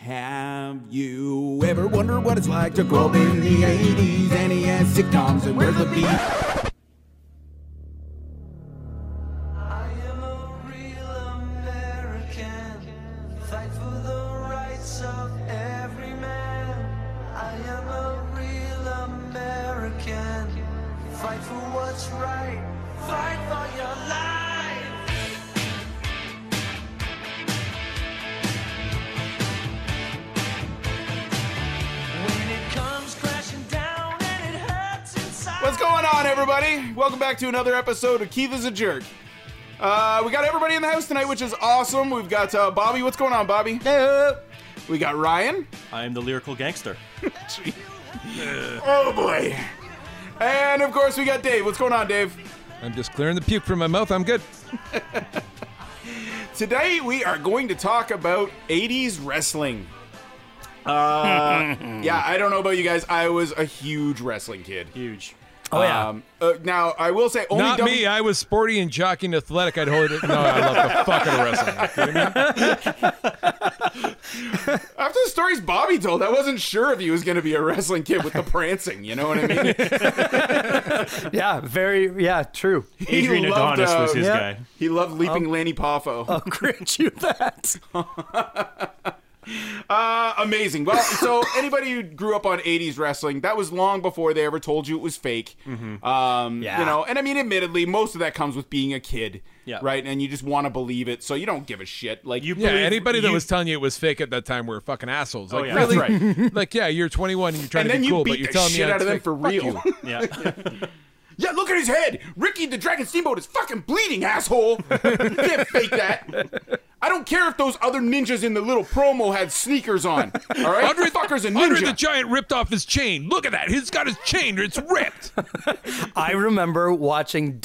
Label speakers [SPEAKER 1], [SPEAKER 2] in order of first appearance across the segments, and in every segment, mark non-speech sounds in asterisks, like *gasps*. [SPEAKER 1] Have you ever wondered what it's like to grow up in the 80s? NES sitcoms and where's the beat?
[SPEAKER 2] I am a real American. Fight for the rights of every man. I am a real American. Fight for what's right. Fight for your life. When it comes crashing down and it hurts inside.
[SPEAKER 3] What's going on, everybody? Welcome back to another episode of Keith is a Jerk. Uh, we got everybody in the house tonight, which is awesome. We've got uh, Bobby. What's going on, Bobby? We got Ryan.
[SPEAKER 4] I am the lyrical gangster.
[SPEAKER 3] Oh boy. And of course, we got Dave. What's going on, Dave?
[SPEAKER 5] I'm just clearing the puke from my mouth. I'm good.
[SPEAKER 3] Today we are going to talk about 80s wrestling.
[SPEAKER 4] *laughs*
[SPEAKER 3] Uh, yeah, I don't know about you guys. I was a huge wrestling kid.
[SPEAKER 4] Huge.
[SPEAKER 3] Oh yeah. Um, uh, now I will say only
[SPEAKER 5] Not
[SPEAKER 3] W-
[SPEAKER 5] me. I was sporty and jockey and athletic. I'd hold it. No, I love the
[SPEAKER 3] *laughs*
[SPEAKER 5] fucking wrestling. Are you kidding me?
[SPEAKER 3] After the stories Bobby told, I wasn't sure if he was going to be a wrestling kid with the prancing. You know what I
[SPEAKER 4] *laughs*
[SPEAKER 3] mean?
[SPEAKER 6] Yeah, very yeah, true.
[SPEAKER 4] Adrian
[SPEAKER 3] loved,
[SPEAKER 4] Adonis was
[SPEAKER 3] uh,
[SPEAKER 4] his
[SPEAKER 6] yeah.
[SPEAKER 4] guy.
[SPEAKER 3] He loved leaping Lanny Poffo.
[SPEAKER 4] *laughs*
[SPEAKER 6] I'll grant you that.
[SPEAKER 3] Uh, amazing. Well,
[SPEAKER 5] *laughs*
[SPEAKER 3] so anybody who grew up on 80s wrestling, that was long before they ever told you it was fake.
[SPEAKER 5] Mm-hmm.
[SPEAKER 3] Um,
[SPEAKER 6] Yeah.
[SPEAKER 3] You know, and I mean, admittedly, most of that comes with being a kid,
[SPEAKER 4] Yeah.
[SPEAKER 3] right? And you just want to believe it, so you don't give a shit. Like
[SPEAKER 4] You
[SPEAKER 5] Yeah,
[SPEAKER 4] believe-
[SPEAKER 5] anybody that
[SPEAKER 4] you-
[SPEAKER 5] was telling you it was fake at that time were fucking assholes. Like,
[SPEAKER 4] yeah.
[SPEAKER 5] really?
[SPEAKER 3] Oh, That's
[SPEAKER 5] *laughs* like, yeah, you're 21 and you're trying
[SPEAKER 3] and
[SPEAKER 5] to
[SPEAKER 3] then
[SPEAKER 5] be
[SPEAKER 3] you
[SPEAKER 5] cool,
[SPEAKER 3] beat
[SPEAKER 5] but you're
[SPEAKER 3] the
[SPEAKER 5] telling
[SPEAKER 3] shit
[SPEAKER 5] me
[SPEAKER 3] out of
[SPEAKER 5] it's
[SPEAKER 3] them
[SPEAKER 5] fake.
[SPEAKER 3] for
[SPEAKER 5] Fuck you.
[SPEAKER 3] real. *laughs*
[SPEAKER 4] Yeah.
[SPEAKER 3] yeah, look at his head. Ricky the Dragon Steamboat is fucking bleeding, asshole.
[SPEAKER 5] *laughs*
[SPEAKER 3] you can't fake that. I don't care if those other ninjas in the little promo had sneakers on. All right,
[SPEAKER 5] Andre-
[SPEAKER 3] fuckers a
[SPEAKER 5] Andre
[SPEAKER 3] ninja.
[SPEAKER 5] the Giant ripped off his chain. Look at that. He's got his chain. It's
[SPEAKER 3] *laughs*
[SPEAKER 5] ripped.
[SPEAKER 6] I remember watching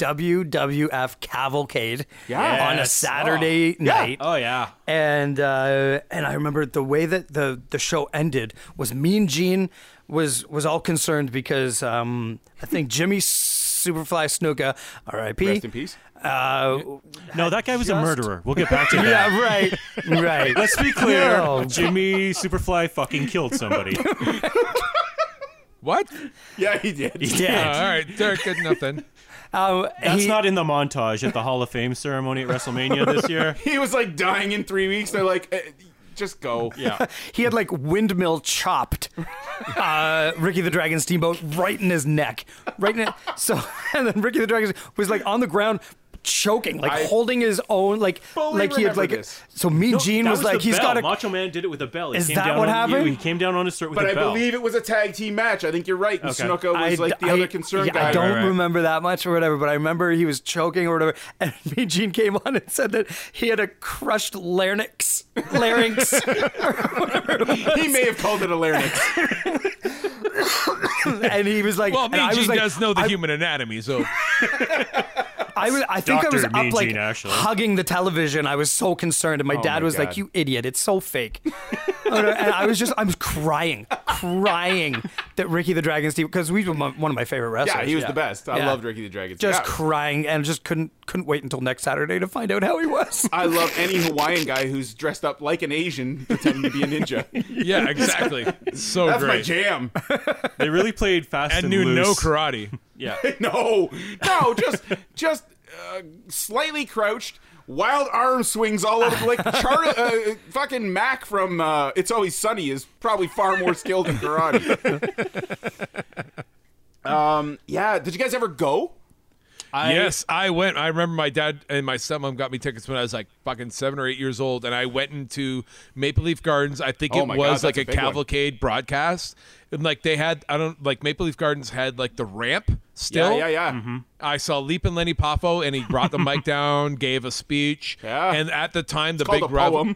[SPEAKER 6] WWF Cavalcade
[SPEAKER 3] Yeah.
[SPEAKER 6] on a
[SPEAKER 4] Yes.
[SPEAKER 6] Saturday night.
[SPEAKER 4] Oh yeah.
[SPEAKER 6] And uh, and I remember the way that the, the show ended was Mean Gene was was all concerned because um, I think Jimmy Superfly Snuka, R.I.P.
[SPEAKER 3] Rest in peace.
[SPEAKER 6] Uh,
[SPEAKER 4] No, that guy was a
[SPEAKER 6] Just-
[SPEAKER 4] murderer. We'll get back to that.
[SPEAKER 6] *laughs* yeah, right, right.
[SPEAKER 4] Let's be clear.
[SPEAKER 6] No.
[SPEAKER 4] *laughs* Jimmy Superfly fucking killed somebody.
[SPEAKER 5] what?
[SPEAKER 3] Yeah, he did.
[SPEAKER 5] Oh, all
[SPEAKER 4] Yeah.
[SPEAKER 5] right, Derek, good
[SPEAKER 3] *laughs*
[SPEAKER 5] enough then.
[SPEAKER 6] Um,
[SPEAKER 4] That's
[SPEAKER 6] he-
[SPEAKER 4] not in the montage at the Hall of Fame ceremony at WrestleMania this year.
[SPEAKER 3] He was like dying in three weeks. They're like, eh, just go.
[SPEAKER 4] Yeah.
[SPEAKER 6] He had like windmill chopped uh, Ricky the Dragon Steamboat right in his neck, right in it. So *laughs* and then Ricky the Dragon was like on the ground choking, like
[SPEAKER 3] I
[SPEAKER 6] holding his own, like
[SPEAKER 3] fully
[SPEAKER 6] like he had
[SPEAKER 3] remember
[SPEAKER 6] like.
[SPEAKER 3] this.
[SPEAKER 6] So Mean Gene
[SPEAKER 4] That
[SPEAKER 6] was, like,
[SPEAKER 4] the
[SPEAKER 6] he's
[SPEAKER 4] bell.
[SPEAKER 6] got a.
[SPEAKER 4] Macho Man did it with a bell. He
[SPEAKER 6] Is
[SPEAKER 4] came
[SPEAKER 6] that
[SPEAKER 4] down
[SPEAKER 6] what
[SPEAKER 4] on,
[SPEAKER 6] happened?
[SPEAKER 4] He came down on his throat with
[SPEAKER 3] But
[SPEAKER 4] a
[SPEAKER 3] I
[SPEAKER 4] bell.
[SPEAKER 3] believe it was a tag team match. I think you're right. And
[SPEAKER 4] Okay.
[SPEAKER 3] Snuka was like the
[SPEAKER 6] I-
[SPEAKER 3] other concerned
[SPEAKER 6] yeah,
[SPEAKER 3] guy.
[SPEAKER 6] I don't
[SPEAKER 4] right.
[SPEAKER 6] remember that much or whatever, but I remember he was choking or whatever. And *laughs* Mean Gene came on and said that he had a crushed larynx, larynx,
[SPEAKER 3] He may have called it a larynx.
[SPEAKER 6] and he was like,
[SPEAKER 5] Well,
[SPEAKER 6] and
[SPEAKER 5] Mean
[SPEAKER 6] I was
[SPEAKER 5] Gene
[SPEAKER 6] like,
[SPEAKER 5] does know the human anatomy, so
[SPEAKER 6] I was, I think I was
[SPEAKER 4] Dr. Mean
[SPEAKER 6] up like
[SPEAKER 4] Gene, actually.
[SPEAKER 6] hugging the television. I was so concerned, and my dad
[SPEAKER 3] Oh my
[SPEAKER 6] was
[SPEAKER 3] God.
[SPEAKER 6] like, "You idiot! It's
[SPEAKER 3] *laughs*
[SPEAKER 6] so fake." Oh, and I was just, I was crying, crying that Ricky the Dragon Steve because we were my, one of my favorite wrestlers.
[SPEAKER 3] Yeah, he was the best. I
[SPEAKER 6] Yeah.
[SPEAKER 3] loved Ricky the Dragon.
[SPEAKER 6] Just
[SPEAKER 3] Yeah.
[SPEAKER 6] crying and just couldn't couldn't wait until next Saturday to find out how he was. *laughs*
[SPEAKER 3] I love any Hawaiian guy who's dressed up like an Asian pretending to be a ninja. *laughs*
[SPEAKER 5] yeah, exactly. So
[SPEAKER 3] That's
[SPEAKER 5] great.
[SPEAKER 3] my jam.
[SPEAKER 4] they really played fast and,
[SPEAKER 5] and knew
[SPEAKER 4] loose.
[SPEAKER 5] no karate.
[SPEAKER 3] *laughs*
[SPEAKER 4] Yeah.
[SPEAKER 3] No, no, just just uh, slightly crouched, wild arm swings all over. Like Char- uh, fucking Mac from uh, It's Always Sunny is probably far more skilled in karate. um, yeah. Did you guys ever go?
[SPEAKER 5] yes, I went. I remember my dad and my stepmom got me tickets when I was like fucking seven or eight years old, and I went into Maple Leaf Gardens. I think
[SPEAKER 3] Oh
[SPEAKER 5] it
[SPEAKER 3] my God,
[SPEAKER 5] was
[SPEAKER 3] that's
[SPEAKER 5] like
[SPEAKER 3] a
[SPEAKER 5] a,
[SPEAKER 3] big one.
[SPEAKER 5] cavalcade broadcast, and like they had I don't like Maple Leaf Gardens had like the ramp still.
[SPEAKER 3] Yeah, yeah, yeah.
[SPEAKER 5] I saw Leap and Lenny Poffo, and he brought
[SPEAKER 3] *laughs*
[SPEAKER 5] the mic down, gave a speech,
[SPEAKER 3] Yeah.
[SPEAKER 5] and at the time the
[SPEAKER 3] Called
[SPEAKER 5] big
[SPEAKER 3] a
[SPEAKER 5] rival-
[SPEAKER 3] poem.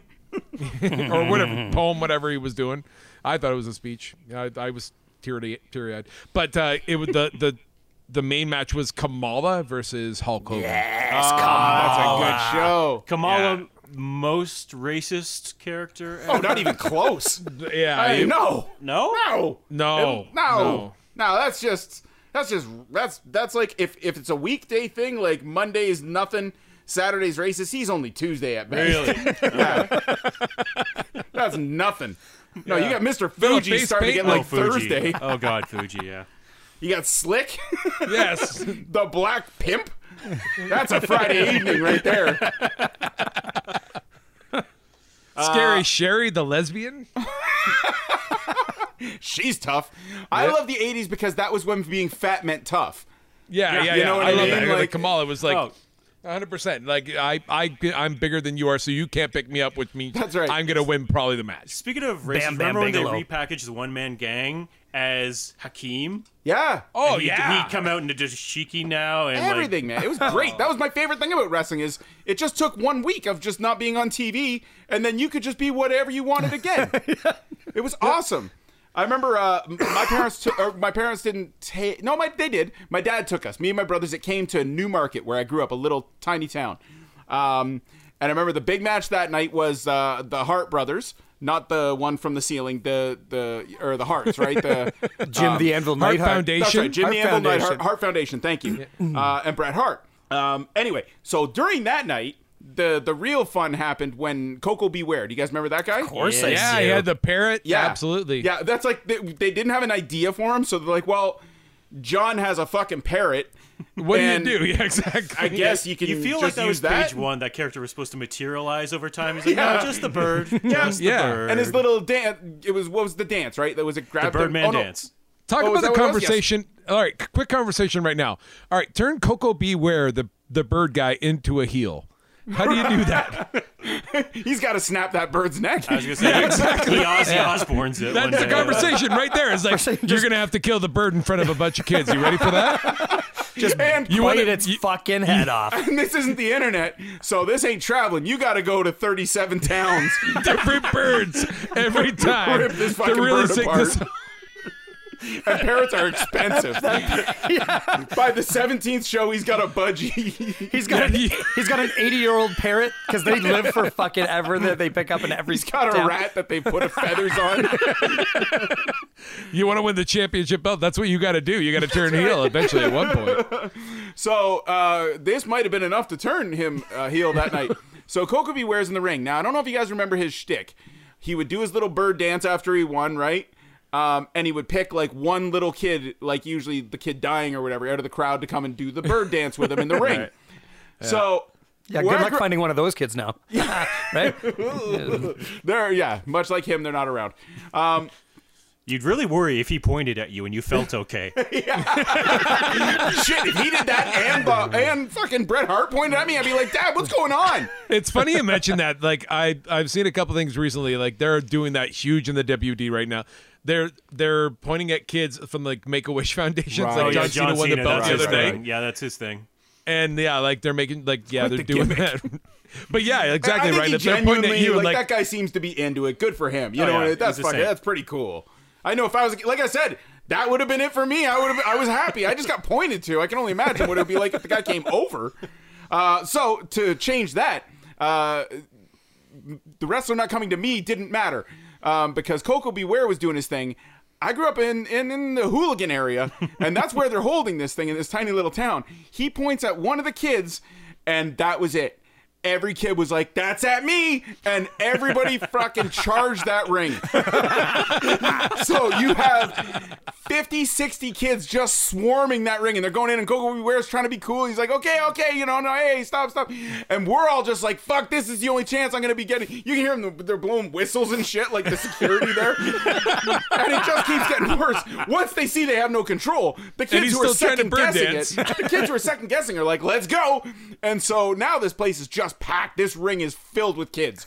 [SPEAKER 5] or
[SPEAKER 3] *laughs*
[SPEAKER 5] whatever poem, whatever he was doing. I thought it was a speech. I, I was teary teary eyed, but uh, it was the the. The main match was Kamala versus Hulk Hogan.
[SPEAKER 3] That's a good show.
[SPEAKER 4] Kamala, most racist character.
[SPEAKER 3] Oh,
[SPEAKER 4] ever.
[SPEAKER 3] not even *laughs* close.
[SPEAKER 5] *laughs* Yeah,
[SPEAKER 3] Hey,
[SPEAKER 5] it-
[SPEAKER 3] no,
[SPEAKER 4] No?
[SPEAKER 3] no,
[SPEAKER 5] No.
[SPEAKER 3] no, no.
[SPEAKER 5] No.
[SPEAKER 3] That's just that's just that's that's like if if it's a weekday thing, like Monday is nothing, Saturday's *laughs* racist. He's only Tuesday at best.
[SPEAKER 4] Really?
[SPEAKER 3] That's nothing. No, you got Mr.
[SPEAKER 5] No,
[SPEAKER 3] Fuji
[SPEAKER 5] face
[SPEAKER 3] starting to get
[SPEAKER 5] paint? No,
[SPEAKER 3] like
[SPEAKER 4] oh, Fuji.
[SPEAKER 3] Thursday.
[SPEAKER 4] Oh God, Fuji. Yeah.
[SPEAKER 3] You got Slick, *laughs*
[SPEAKER 5] Yes.
[SPEAKER 3] the Black Pimp. That's a Friday evening right there.
[SPEAKER 5] *laughs*
[SPEAKER 3] Uh,
[SPEAKER 5] Scary Sherry, the lesbian.
[SPEAKER 3] She's tough. I love the 80s because that was when being fat meant tough.
[SPEAKER 5] Yeah, yeah, yeah.
[SPEAKER 3] You know what
[SPEAKER 5] I,
[SPEAKER 3] I
[SPEAKER 5] love
[SPEAKER 3] mean?
[SPEAKER 5] that. Like,
[SPEAKER 3] Like-
[SPEAKER 5] Kamala was like,
[SPEAKER 4] Oh.
[SPEAKER 5] 100%. Like, I, I, I'm bigger than you are, so you can't pick me up, which means
[SPEAKER 3] That's right.
[SPEAKER 5] I'm going to win probably the match.
[SPEAKER 4] Speaking of races,
[SPEAKER 6] Bam
[SPEAKER 4] remember when
[SPEAKER 6] Bigelow.
[SPEAKER 4] they repackaged the One Man Gang as Hakeem?
[SPEAKER 3] Yeah.
[SPEAKER 5] Oh,
[SPEAKER 4] He'd-
[SPEAKER 5] yeah.
[SPEAKER 4] He'd come out into dashiki now and like,
[SPEAKER 3] Everything, man. It was great. That was my favorite thing about wrestling is it just took one week of just not being on TV, and then you could just be whatever you wanted
[SPEAKER 6] *laughs*
[SPEAKER 3] again. It was awesome. I remember uh, m- my parents took, or my parents didn't take. No, my they did. My dad took us. Me and my brothers. It came to Newmarket where I grew up, a little tiny town. Um, and I remember the big match that night was uh, the Hart brothers, not the one from the ceiling, the the or the Hearts, right? The
[SPEAKER 6] *laughs*
[SPEAKER 3] um,
[SPEAKER 6] Jim the Anvil
[SPEAKER 5] Heart
[SPEAKER 6] Nightheart.
[SPEAKER 5] Foundation.
[SPEAKER 3] that's right, Jimmy
[SPEAKER 6] Heart
[SPEAKER 3] Anvil Knight,
[SPEAKER 6] Foundation.
[SPEAKER 3] Heart, Heart Foundation. Thank you,
[SPEAKER 5] Mm-hmm.
[SPEAKER 3] uh, and Bret Hart. Um, anyway, so during that night, the the real fun happened when Coco Beware. Do you guys remember that guy? Of
[SPEAKER 6] course I
[SPEAKER 5] yeah,
[SPEAKER 6] do.
[SPEAKER 5] he had the parrot.
[SPEAKER 3] yeah,
[SPEAKER 5] absolutely.
[SPEAKER 3] Yeah, that's like they, they didn't have an idea for him, so they're like, well, John has a fucking parrot.
[SPEAKER 5] What
[SPEAKER 3] and
[SPEAKER 5] do you do? *laughs* Yeah, exactly.
[SPEAKER 3] I guess you can.
[SPEAKER 4] You feel like
[SPEAKER 3] just
[SPEAKER 4] that was
[SPEAKER 3] use that.
[SPEAKER 4] page one. That character was supposed to materialize over time. He's like,
[SPEAKER 3] Yeah.
[SPEAKER 4] no, just the bird. Just
[SPEAKER 5] yeah.
[SPEAKER 4] the bird.
[SPEAKER 3] And his little dance. It was what was the dance? Right? That was a grab
[SPEAKER 4] the Birdman
[SPEAKER 3] oh, no.
[SPEAKER 4] dance.
[SPEAKER 5] Talk
[SPEAKER 3] Oh,
[SPEAKER 5] about
[SPEAKER 3] is
[SPEAKER 5] the
[SPEAKER 3] that what it was? Yes.
[SPEAKER 5] conversation. All right, c- quick conversation right now. All right, turn Coco Beware, the, the bird guy, into a heel. How do you do that?
[SPEAKER 3] *laughs* He's got to snap that bird's neck.
[SPEAKER 4] I
[SPEAKER 3] *laughs*
[SPEAKER 4] was gonna say exactly. He Ozzy Osbourne's it. one
[SPEAKER 5] That's *laughs* the
[SPEAKER 4] day.
[SPEAKER 5] conversation right there.
[SPEAKER 3] *laughs*
[SPEAKER 5] It's like, you're going to have to kill the bird in front of a bunch of kids. You ready for that?
[SPEAKER 3] Just and
[SPEAKER 5] You
[SPEAKER 6] Bite
[SPEAKER 5] wanna-
[SPEAKER 6] its fucking head off.
[SPEAKER 3] *laughs* And this isn't the internet, so this ain't traveling. You got to go to 37 towns.
[SPEAKER 5] *laughs* different birds every
[SPEAKER 3] *laughs*
[SPEAKER 5] time
[SPEAKER 3] Rip this
[SPEAKER 5] to
[SPEAKER 3] fucking
[SPEAKER 5] really
[SPEAKER 3] bird
[SPEAKER 5] sink
[SPEAKER 3] apart.
[SPEAKER 5] this.
[SPEAKER 3] and parrots are expensive. *laughs* By the 17th show, he's got a budgie. *laughs*
[SPEAKER 6] He's got an,
[SPEAKER 5] Yeah.
[SPEAKER 6] he's got an 80 year old parrot because they live for fucking ever. That they pick up in every.
[SPEAKER 3] he's got a
[SPEAKER 6] town.
[SPEAKER 3] rat that they put feathers
[SPEAKER 6] *laughs*
[SPEAKER 3] on.
[SPEAKER 5] *laughs* You want to win the championship belt? That's what you got to do. You got to turn heel eventually at one
[SPEAKER 3] *laughs*
[SPEAKER 5] point.
[SPEAKER 3] So uh, this might have been enough to turn him uh, heel that night. So Coco Beware's in the ring. Now I don't know if you guys remember his shtick. He would do his little bird dance after he won, right? Um, and he would pick like one little kid, like usually the kid dying or whatever, out of the crowd to come and do the bird dance with him *laughs* in the ring. So
[SPEAKER 6] Yeah, good
[SPEAKER 3] where I
[SPEAKER 6] luck
[SPEAKER 3] grew-
[SPEAKER 6] finding one of those kids now. *laughs* right?
[SPEAKER 3] *laughs* They're yeah, much like him, they're not around. Um,
[SPEAKER 4] You'd really worry if he pointed at you and you felt okay.
[SPEAKER 3] shit, if he did that and Bob, and fucking Bret Hart pointed at me, I'd be like, Dad, what's going on?
[SPEAKER 5] It's funny you mentioned that. Like I, I've seen a couple things recently. Like they're doing that huge in the WD right now. They're they're pointing at kids from like Make a Wish foundations.
[SPEAKER 3] Right.
[SPEAKER 5] Like
[SPEAKER 4] Oh,
[SPEAKER 5] John,
[SPEAKER 4] yeah,
[SPEAKER 5] Cena
[SPEAKER 4] John
[SPEAKER 5] won
[SPEAKER 4] Cena.
[SPEAKER 5] the belt
[SPEAKER 4] that's
[SPEAKER 5] the
[SPEAKER 4] his
[SPEAKER 5] other day,
[SPEAKER 4] thing. Yeah, that's his thing.
[SPEAKER 5] and yeah, like they're making like yeah, they're doing that. *laughs* But yeah,
[SPEAKER 3] I
[SPEAKER 5] exactly
[SPEAKER 3] think
[SPEAKER 5] right.
[SPEAKER 3] he
[SPEAKER 5] If they're pointing at
[SPEAKER 3] genuinely-
[SPEAKER 5] you and
[SPEAKER 3] like,
[SPEAKER 5] like
[SPEAKER 3] that guy seems to be into it. Good for him. You
[SPEAKER 4] Oh,
[SPEAKER 3] know,
[SPEAKER 4] yeah,
[SPEAKER 3] and that's
[SPEAKER 4] he's the
[SPEAKER 3] fucking
[SPEAKER 4] same.
[SPEAKER 3] that's pretty cool. I know if I was like I said, that would have been it for me. I would have I was happy. I just got pointed to. I can only imagine what it would be like if the guy came over. Uh, so to change that, uh, the wrestler not coming to me didn't matter um, because Coco Beware was doing his thing. I grew up in, in, in the hooligan area, *laughs* and that's where they're holding this thing in this tiny little town. He points at one of the kids, and that was it. Every kid was like, "That's at me," and everybody fucking charged that ring. *laughs* so you have 50, 60 kids just swarming that ring, and they're going in, and Coco Beware's trying to be cool. He's like, okay, okay, you know, no, hey, stop, stop. And we're all just like, fuck, this is the only chance I'm going to be getting. You can hear them, they're blowing whistles and shit, like the security there. *laughs* and it just keeps getting worse. Once they see they have no control, the kids
[SPEAKER 5] he's
[SPEAKER 3] who are
[SPEAKER 5] still trying to
[SPEAKER 3] second
[SPEAKER 5] bird
[SPEAKER 3] guessing
[SPEAKER 5] dance.
[SPEAKER 3] it, the kids who are second guessing are like, let's go. And so now this place is just packed. This ring is filled with kids.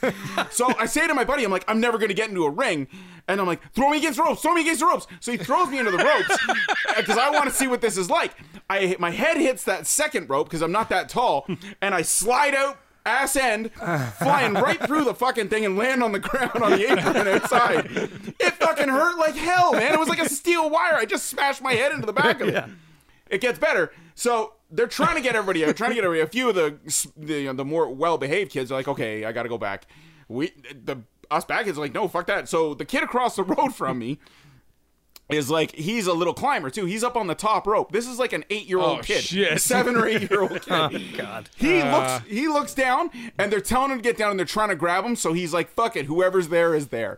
[SPEAKER 3] so I say to my buddy, I'm like, I'm never going to get into a ring. And I'm like, throw me against the ropes, throw me against the ropes. So he throws me into the ropes *laughs* because I want to see what this is like. I My head hits that second rope because I'm not that tall. And I slide out. Ass end, flying right through the fucking thing and land on the ground on the apron outside. It fucking hurt like hell, man. It was like a steel wire. I just smashed my head into the back of it it gets better. So they're trying to get everybody out, trying to get everybody. A few of the the, you know, the more well behaved kids are like, okay, I got to go back. We the us back kids are like, no, fuck that. So the kid across the road from me is like, he's a little climber too. He's up on the top rope. This is like an eight year old
[SPEAKER 5] Oh,
[SPEAKER 3] kid,
[SPEAKER 5] shit. Oh,
[SPEAKER 3] seven or eight year
[SPEAKER 5] *laughs*
[SPEAKER 3] old kid.
[SPEAKER 6] God.
[SPEAKER 3] He
[SPEAKER 5] Uh,
[SPEAKER 3] looks he looks down and they're telling him to get down and they're trying to grab him, so he's like, fuck it, whoever's there is there.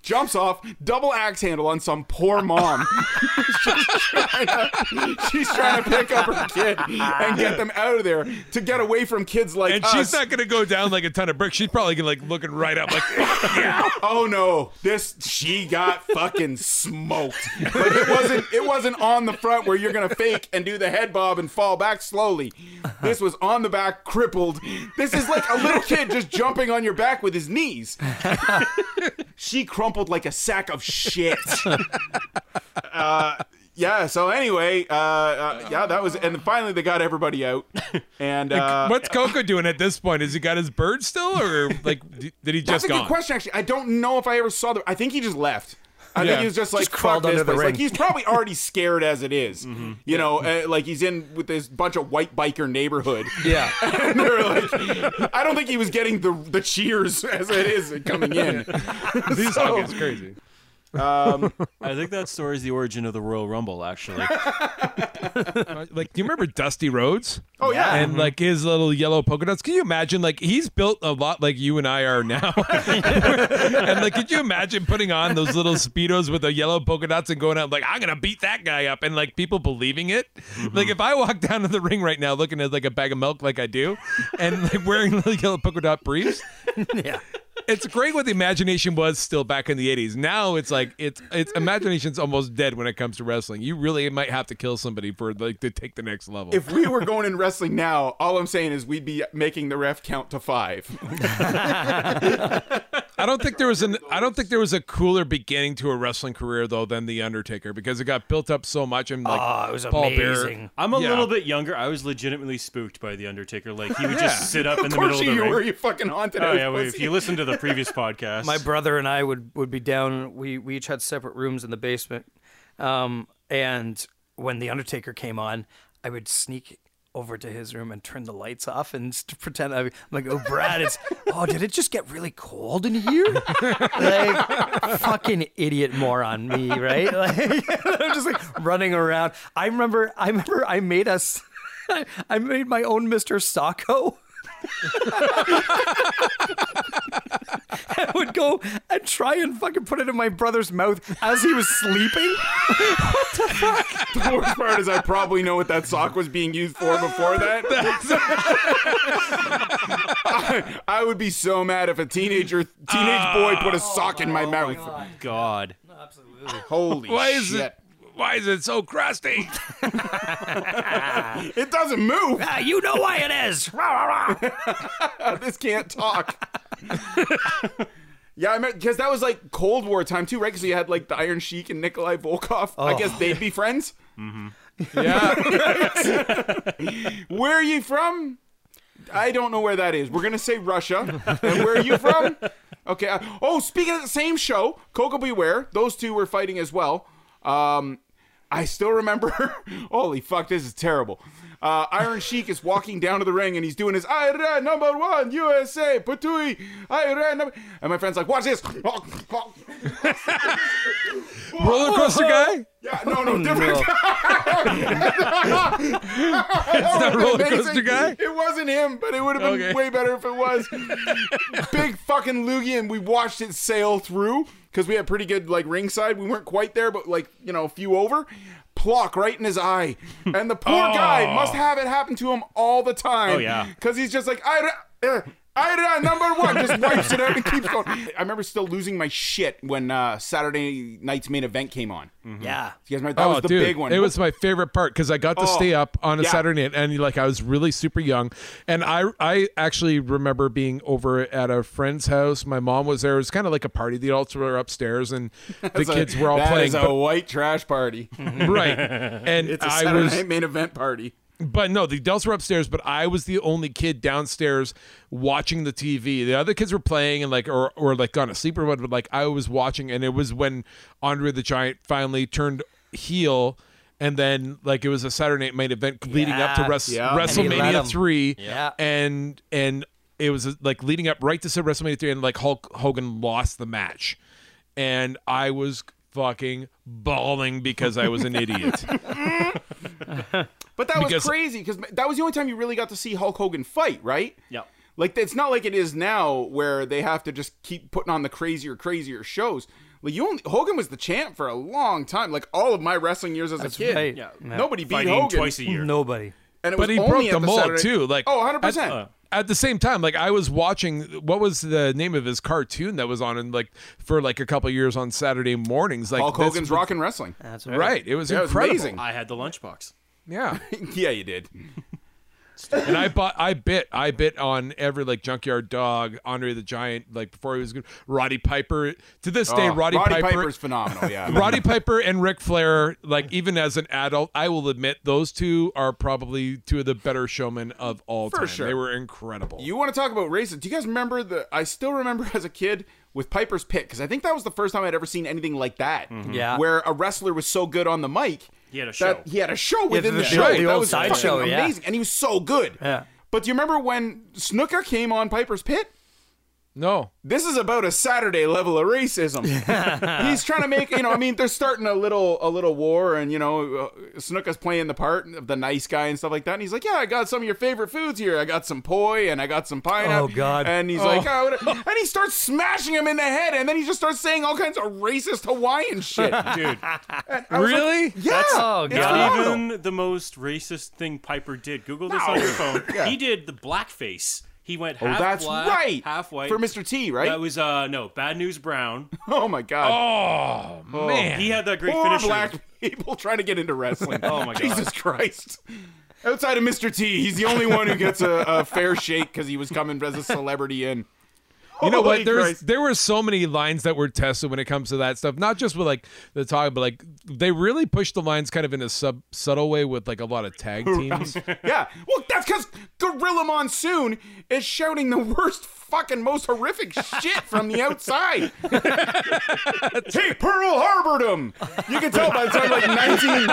[SPEAKER 3] jumps off, double axe handle on some poor mom. *laughs* she's, trying to, she's trying to pick up her kid and get them out of there to get away from kids like
[SPEAKER 5] And
[SPEAKER 3] us.
[SPEAKER 5] she's not gonna go down like a ton of bricks. She's probably gonna like looking right up, like
[SPEAKER 3] *laughs* oh no this she got fucking smoked but it wasn't it wasn't on the front where you're gonna fake and do the head bob and fall back slowly this was on the back crippled this is like a little kid just jumping on your back with his knees she crumpled like a sack of shit Uh, yeah so anyway uh, uh, yeah that was and finally they got everybody out and uh,
[SPEAKER 5] *laughs* What's Coco doing at this point? Has he got his bird still, or like d- did he
[SPEAKER 3] That's
[SPEAKER 5] just
[SPEAKER 3] a
[SPEAKER 5] gone?
[SPEAKER 3] good question, actually. I don't know if I ever saw the. I think he just left. I
[SPEAKER 5] Yeah.
[SPEAKER 3] think he was just like
[SPEAKER 6] Just crawled
[SPEAKER 3] fuck this
[SPEAKER 6] under the
[SPEAKER 3] place.
[SPEAKER 6] ring.
[SPEAKER 3] Like he's probably
[SPEAKER 6] *laughs*
[SPEAKER 3] already scared as it is.
[SPEAKER 4] Mm-hmm.
[SPEAKER 3] You know, uh, like he's in with this bunch of white biker
[SPEAKER 4] *laughs*
[SPEAKER 3] neighborhood.
[SPEAKER 6] Yeah.
[SPEAKER 3] And *laughs* they're like, I don't think he was getting the the cheers *laughs* as it is coming
[SPEAKER 4] *laughs*
[SPEAKER 3] in.
[SPEAKER 5] These
[SPEAKER 3] So-
[SPEAKER 5] fuckers crazy.
[SPEAKER 4] I think that story is the origin of the Royal Rumble, actually.
[SPEAKER 5] *laughs* Like, do you remember Dusty Rhodes?
[SPEAKER 3] Oh yeah.
[SPEAKER 5] and like his little yellow polka dots. Can you imagine? Like he's built a lot like you and I are now. *laughs* and like, could you imagine putting on those little speedos with the yellow polka dots and going out like I'm gonna beat that guy up and like people believing it? Like if I walk down to the ring right now looking at like a bag of milk like I do, and like wearing little yellow polka dot briefs.
[SPEAKER 6] Yeah.
[SPEAKER 5] It's great what the imagination was still back in the 80s. Now it's like it's it's imagination's almost dead when it comes to wrestling. You really might have to kill somebody for like to take the next level.
[SPEAKER 3] if we were going in wrestling now, all I'm saying is we'd be making the ref count to five.
[SPEAKER 4] *laughs*
[SPEAKER 5] I don't think there was an I don't think there was a cooler beginning to a wrestling career though than the Undertaker because it got built up so much and like
[SPEAKER 3] Ah.
[SPEAKER 6] Oh, it was
[SPEAKER 5] Paul Bearer.
[SPEAKER 6] amazing.
[SPEAKER 4] I'm a
[SPEAKER 5] Yeah.
[SPEAKER 4] little bit younger. I was legitimately spooked by the Undertaker. Like he would
[SPEAKER 5] Yeah.
[SPEAKER 4] just sit up in
[SPEAKER 3] of
[SPEAKER 4] the
[SPEAKER 3] course
[SPEAKER 4] middle of the
[SPEAKER 3] you
[SPEAKER 4] ring.
[SPEAKER 3] were. You fucking haunted.
[SPEAKER 4] Oh
[SPEAKER 3] ass
[SPEAKER 4] yeah, well, if
[SPEAKER 3] pussy.
[SPEAKER 4] you listen to
[SPEAKER 3] *laughs*
[SPEAKER 4] the previous podcast,
[SPEAKER 6] my brother and I would would be down. We we each had separate rooms in the basement. Um, and when the Undertaker came on, I would sneak over to his room and turn the lights off and st- pretend I'm, I'm like, oh, Brad, it's *laughs* oh, did it just get really cold in here? like, fucking idiot moron, me, right? *laughs* Like, I'm just like running around. I remember, I remember, I made us, *laughs* I made my own Mister *laughs* Sacco. I would go and try and fucking put it in my brother's mouth as he was sleeping.
[SPEAKER 3] the worst part is I probably know what that sock was being used for before
[SPEAKER 5] *laughs*
[SPEAKER 3] that. *laughs* I, I would be so mad if a teenager, teenage boy,
[SPEAKER 5] Ah.
[SPEAKER 3] put a sock in my mouth.
[SPEAKER 4] God,
[SPEAKER 3] Holy
[SPEAKER 5] why is
[SPEAKER 3] shit!
[SPEAKER 5] it why is it so
[SPEAKER 3] It?
[SPEAKER 5] crusty?
[SPEAKER 3] doesn't move.
[SPEAKER 6] Ah, *laughs* you know why it is. Rah, rah, rah. *laughs*
[SPEAKER 3] this can't
[SPEAKER 5] *laughs*
[SPEAKER 3] talk. Yeah, I because that was like Cold War time too, right? Because you had like the Iron Sheik and Nikolai Volkov. I
[SPEAKER 5] Oh.
[SPEAKER 3] guess they'd be friends.
[SPEAKER 5] Mm-hmm.
[SPEAKER 3] *laughs*
[SPEAKER 5] yeah.
[SPEAKER 3] Where are you from? I don't know where that is. We're gonna say Russia. and where are you from? Okay. uh, oh, speaking of the same show, Coco Beware. Those two were fighting as well. Um, I still remember. *laughs* holy fuck, this is terrible. Uh, Iron Sheik is walking down to the ring and he's doing his I ran number one USA Patui I ran number and my friend's like watch this *laughs* Oh,
[SPEAKER 5] Roller coaster guy?
[SPEAKER 3] yeah no
[SPEAKER 5] Oh,
[SPEAKER 3] no different
[SPEAKER 6] No.
[SPEAKER 5] It's not roller
[SPEAKER 3] Amazing.
[SPEAKER 5] coaster guy?
[SPEAKER 3] It wasn't him, but it would have been
[SPEAKER 5] Okay.
[SPEAKER 3] way better if it was.
[SPEAKER 5] *laughs*
[SPEAKER 3] Big fucking loogie, and we watched it sail through because we had pretty good like ringside. We weren't quite there, but like you know, a few over. Plock right in his eye, and the poor
[SPEAKER 5] Oh.
[SPEAKER 3] guy must have it happen to him all the time.
[SPEAKER 4] Oh, yeah.
[SPEAKER 3] because he's just like I. Uh, Ida number one just wipes it out and keeps going. I remember still losing my shit when uh, Saturday night's main event came on.
[SPEAKER 5] Mm-hmm.
[SPEAKER 6] Yeah.
[SPEAKER 3] You guys remember *laughs* that was the big one.
[SPEAKER 5] Oh, It was my favorite part because I got to
[SPEAKER 3] Oh,
[SPEAKER 5] stay up on a
[SPEAKER 3] yeah.
[SPEAKER 5] Saturday night, and like I was really super young, and I I actually remember being over at a friend's house. My mom was there. It was kind of like a party. The adults were
[SPEAKER 3] *laughs*
[SPEAKER 5] upstairs, and the
[SPEAKER 3] It's a-
[SPEAKER 5] kids were all
[SPEAKER 3] that
[SPEAKER 5] playing.
[SPEAKER 3] is a white trash
[SPEAKER 5] *laughs*
[SPEAKER 3] party.
[SPEAKER 5] but-
[SPEAKER 3] *laughs*
[SPEAKER 5] right, and
[SPEAKER 3] It's a
[SPEAKER 5] I
[SPEAKER 3] Saturday
[SPEAKER 5] was
[SPEAKER 3] night main event party.
[SPEAKER 5] But no, the adults were upstairs, but I was the only kid downstairs watching the TV. The other kids were playing and like or or like gone to sleep or what, but like I was watching and it was when Andre the Giant finally turned heel and then like it was a Saturday night main event leading up to
[SPEAKER 6] Yeah.
[SPEAKER 5] Wres-
[SPEAKER 3] Yeah. And
[SPEAKER 6] he let
[SPEAKER 5] WrestleMania
[SPEAKER 6] him.
[SPEAKER 5] three.
[SPEAKER 6] Yeah.
[SPEAKER 5] And and it was like leading up right to WrestleMania three and like Hulk Hogan lost the match. And I was fucking bawling because I
[SPEAKER 6] *laughs*
[SPEAKER 5] was an idiot.
[SPEAKER 3] But that
[SPEAKER 5] Because-
[SPEAKER 3] was crazy because that was the only time you really got to see Hulk Hogan fight, right?
[SPEAKER 4] Yep.
[SPEAKER 3] Like it's not like it is now where they have to just keep putting on the crazier, crazier shows. Like you only Hogan was the champ for a long time. Like all of my wrestling years as
[SPEAKER 6] That's
[SPEAKER 3] a kid,
[SPEAKER 6] right.
[SPEAKER 3] yeah.
[SPEAKER 6] Yeah.
[SPEAKER 3] nobody beat
[SPEAKER 4] Fighting
[SPEAKER 3] Hogan
[SPEAKER 4] twice a year.
[SPEAKER 6] Nobody.
[SPEAKER 3] And it
[SPEAKER 5] but
[SPEAKER 3] was
[SPEAKER 5] he
[SPEAKER 3] only
[SPEAKER 5] broke
[SPEAKER 3] at
[SPEAKER 5] the mold
[SPEAKER 3] Saturday-
[SPEAKER 5] too. Like
[SPEAKER 3] oh, 100 percent.
[SPEAKER 5] At, uh, at the same time, like I was watching what was the name of his cartoon that was on and like for like a couple years on Saturday mornings. Like
[SPEAKER 3] Hulk
[SPEAKER 5] this-
[SPEAKER 3] Hogan's Rock and Wrestling.
[SPEAKER 6] That's right.
[SPEAKER 5] Right. It was
[SPEAKER 3] That was
[SPEAKER 5] incredible.
[SPEAKER 3] amazing. *laughs*
[SPEAKER 4] I had the lunchbox.
[SPEAKER 5] Yeah.
[SPEAKER 3] yeah, you did.
[SPEAKER 5] and I bought I bit I bit on every like junkyard dog, Andre the Giant, like before he was good Roddy Piper. To this day,
[SPEAKER 3] Oh,
[SPEAKER 5] Roddy, Piper
[SPEAKER 3] Piper's phenomenal. Yeah, *laughs*
[SPEAKER 5] *laughs* Roddy Piper and Ric Flair, like even as an adult, I will admit those two are probably two of the better showmen of all
[SPEAKER 3] For
[SPEAKER 5] time.
[SPEAKER 3] sure.
[SPEAKER 5] They were incredible.
[SPEAKER 3] You want to talk about races? Do you guys remember the? I still remember *laughs* as a kid with Piper's Pit because I think that was the first time I'd ever seen anything like that.
[SPEAKER 6] Yeah.
[SPEAKER 3] where a wrestler was so good on the mic.
[SPEAKER 4] Mm-hmm. He had a
[SPEAKER 3] that
[SPEAKER 4] show.
[SPEAKER 3] he had a show within
[SPEAKER 6] the-
[SPEAKER 3] the,
[SPEAKER 6] the
[SPEAKER 3] show.
[SPEAKER 6] old- the
[SPEAKER 3] that
[SPEAKER 6] old
[SPEAKER 3] was
[SPEAKER 6] side
[SPEAKER 3] fucking
[SPEAKER 6] show, yeah.
[SPEAKER 3] amazing, and he was so good.
[SPEAKER 6] Yeah.
[SPEAKER 3] But do you remember when Snooker came on Piper's Pit?
[SPEAKER 5] no.
[SPEAKER 3] this is about a Saturday level of
[SPEAKER 6] *laughs*
[SPEAKER 3] racism. He's trying to make you know. I mean, they're starting a little a little war, and you know, uh, Snook is playing the part of the nice guy and stuff like that. And he's like, "Yeah, I got some of your favorite foods here. I got some poi, and I got some pineapple."
[SPEAKER 6] Oh, God.
[SPEAKER 3] And he's like, oh, what-" and he starts smashing him in the head, and then he just starts saying all kinds of racist Hawaiian
[SPEAKER 4] *laughs*
[SPEAKER 3] shit.
[SPEAKER 4] Dude,
[SPEAKER 5] Really?
[SPEAKER 3] yeah,
[SPEAKER 6] Oh,
[SPEAKER 3] it's
[SPEAKER 6] God.
[SPEAKER 4] not
[SPEAKER 3] phenomenal.
[SPEAKER 4] even the most racist thing Piper did. Google this on
[SPEAKER 3] *laughs*
[SPEAKER 4] your phone. He did the blackface. He went
[SPEAKER 3] Oh,
[SPEAKER 4] half
[SPEAKER 3] that's
[SPEAKER 4] black,
[SPEAKER 3] right.
[SPEAKER 4] half white.
[SPEAKER 3] for Mr. T, right?
[SPEAKER 4] That was uh no bad
[SPEAKER 3] *laughs*
[SPEAKER 4] news brown.
[SPEAKER 3] oh my God.
[SPEAKER 5] Oh, man.
[SPEAKER 4] He had that great
[SPEAKER 3] Poor
[SPEAKER 4] finisher.
[SPEAKER 3] black people trying to get into *laughs* wrestling.
[SPEAKER 4] Oh my God.
[SPEAKER 3] Jesus Christ! Outside of Mr. T, he's the only one who gets a, a fair shake because he was coming as a celebrity in.
[SPEAKER 5] you know what? There's there were so many lines that were tested when it comes to that stuff. Not just with like the talk, but like they really pushed the lines kind of in a sub subtle way with like a lot of tag teams.
[SPEAKER 3] yeah. Well, that's because Gorilla Monsoon is shouting the worst, fucking, most horrific shit from the *laughs* outside. Take Pearl Harbored him. You can tell by the time like 19,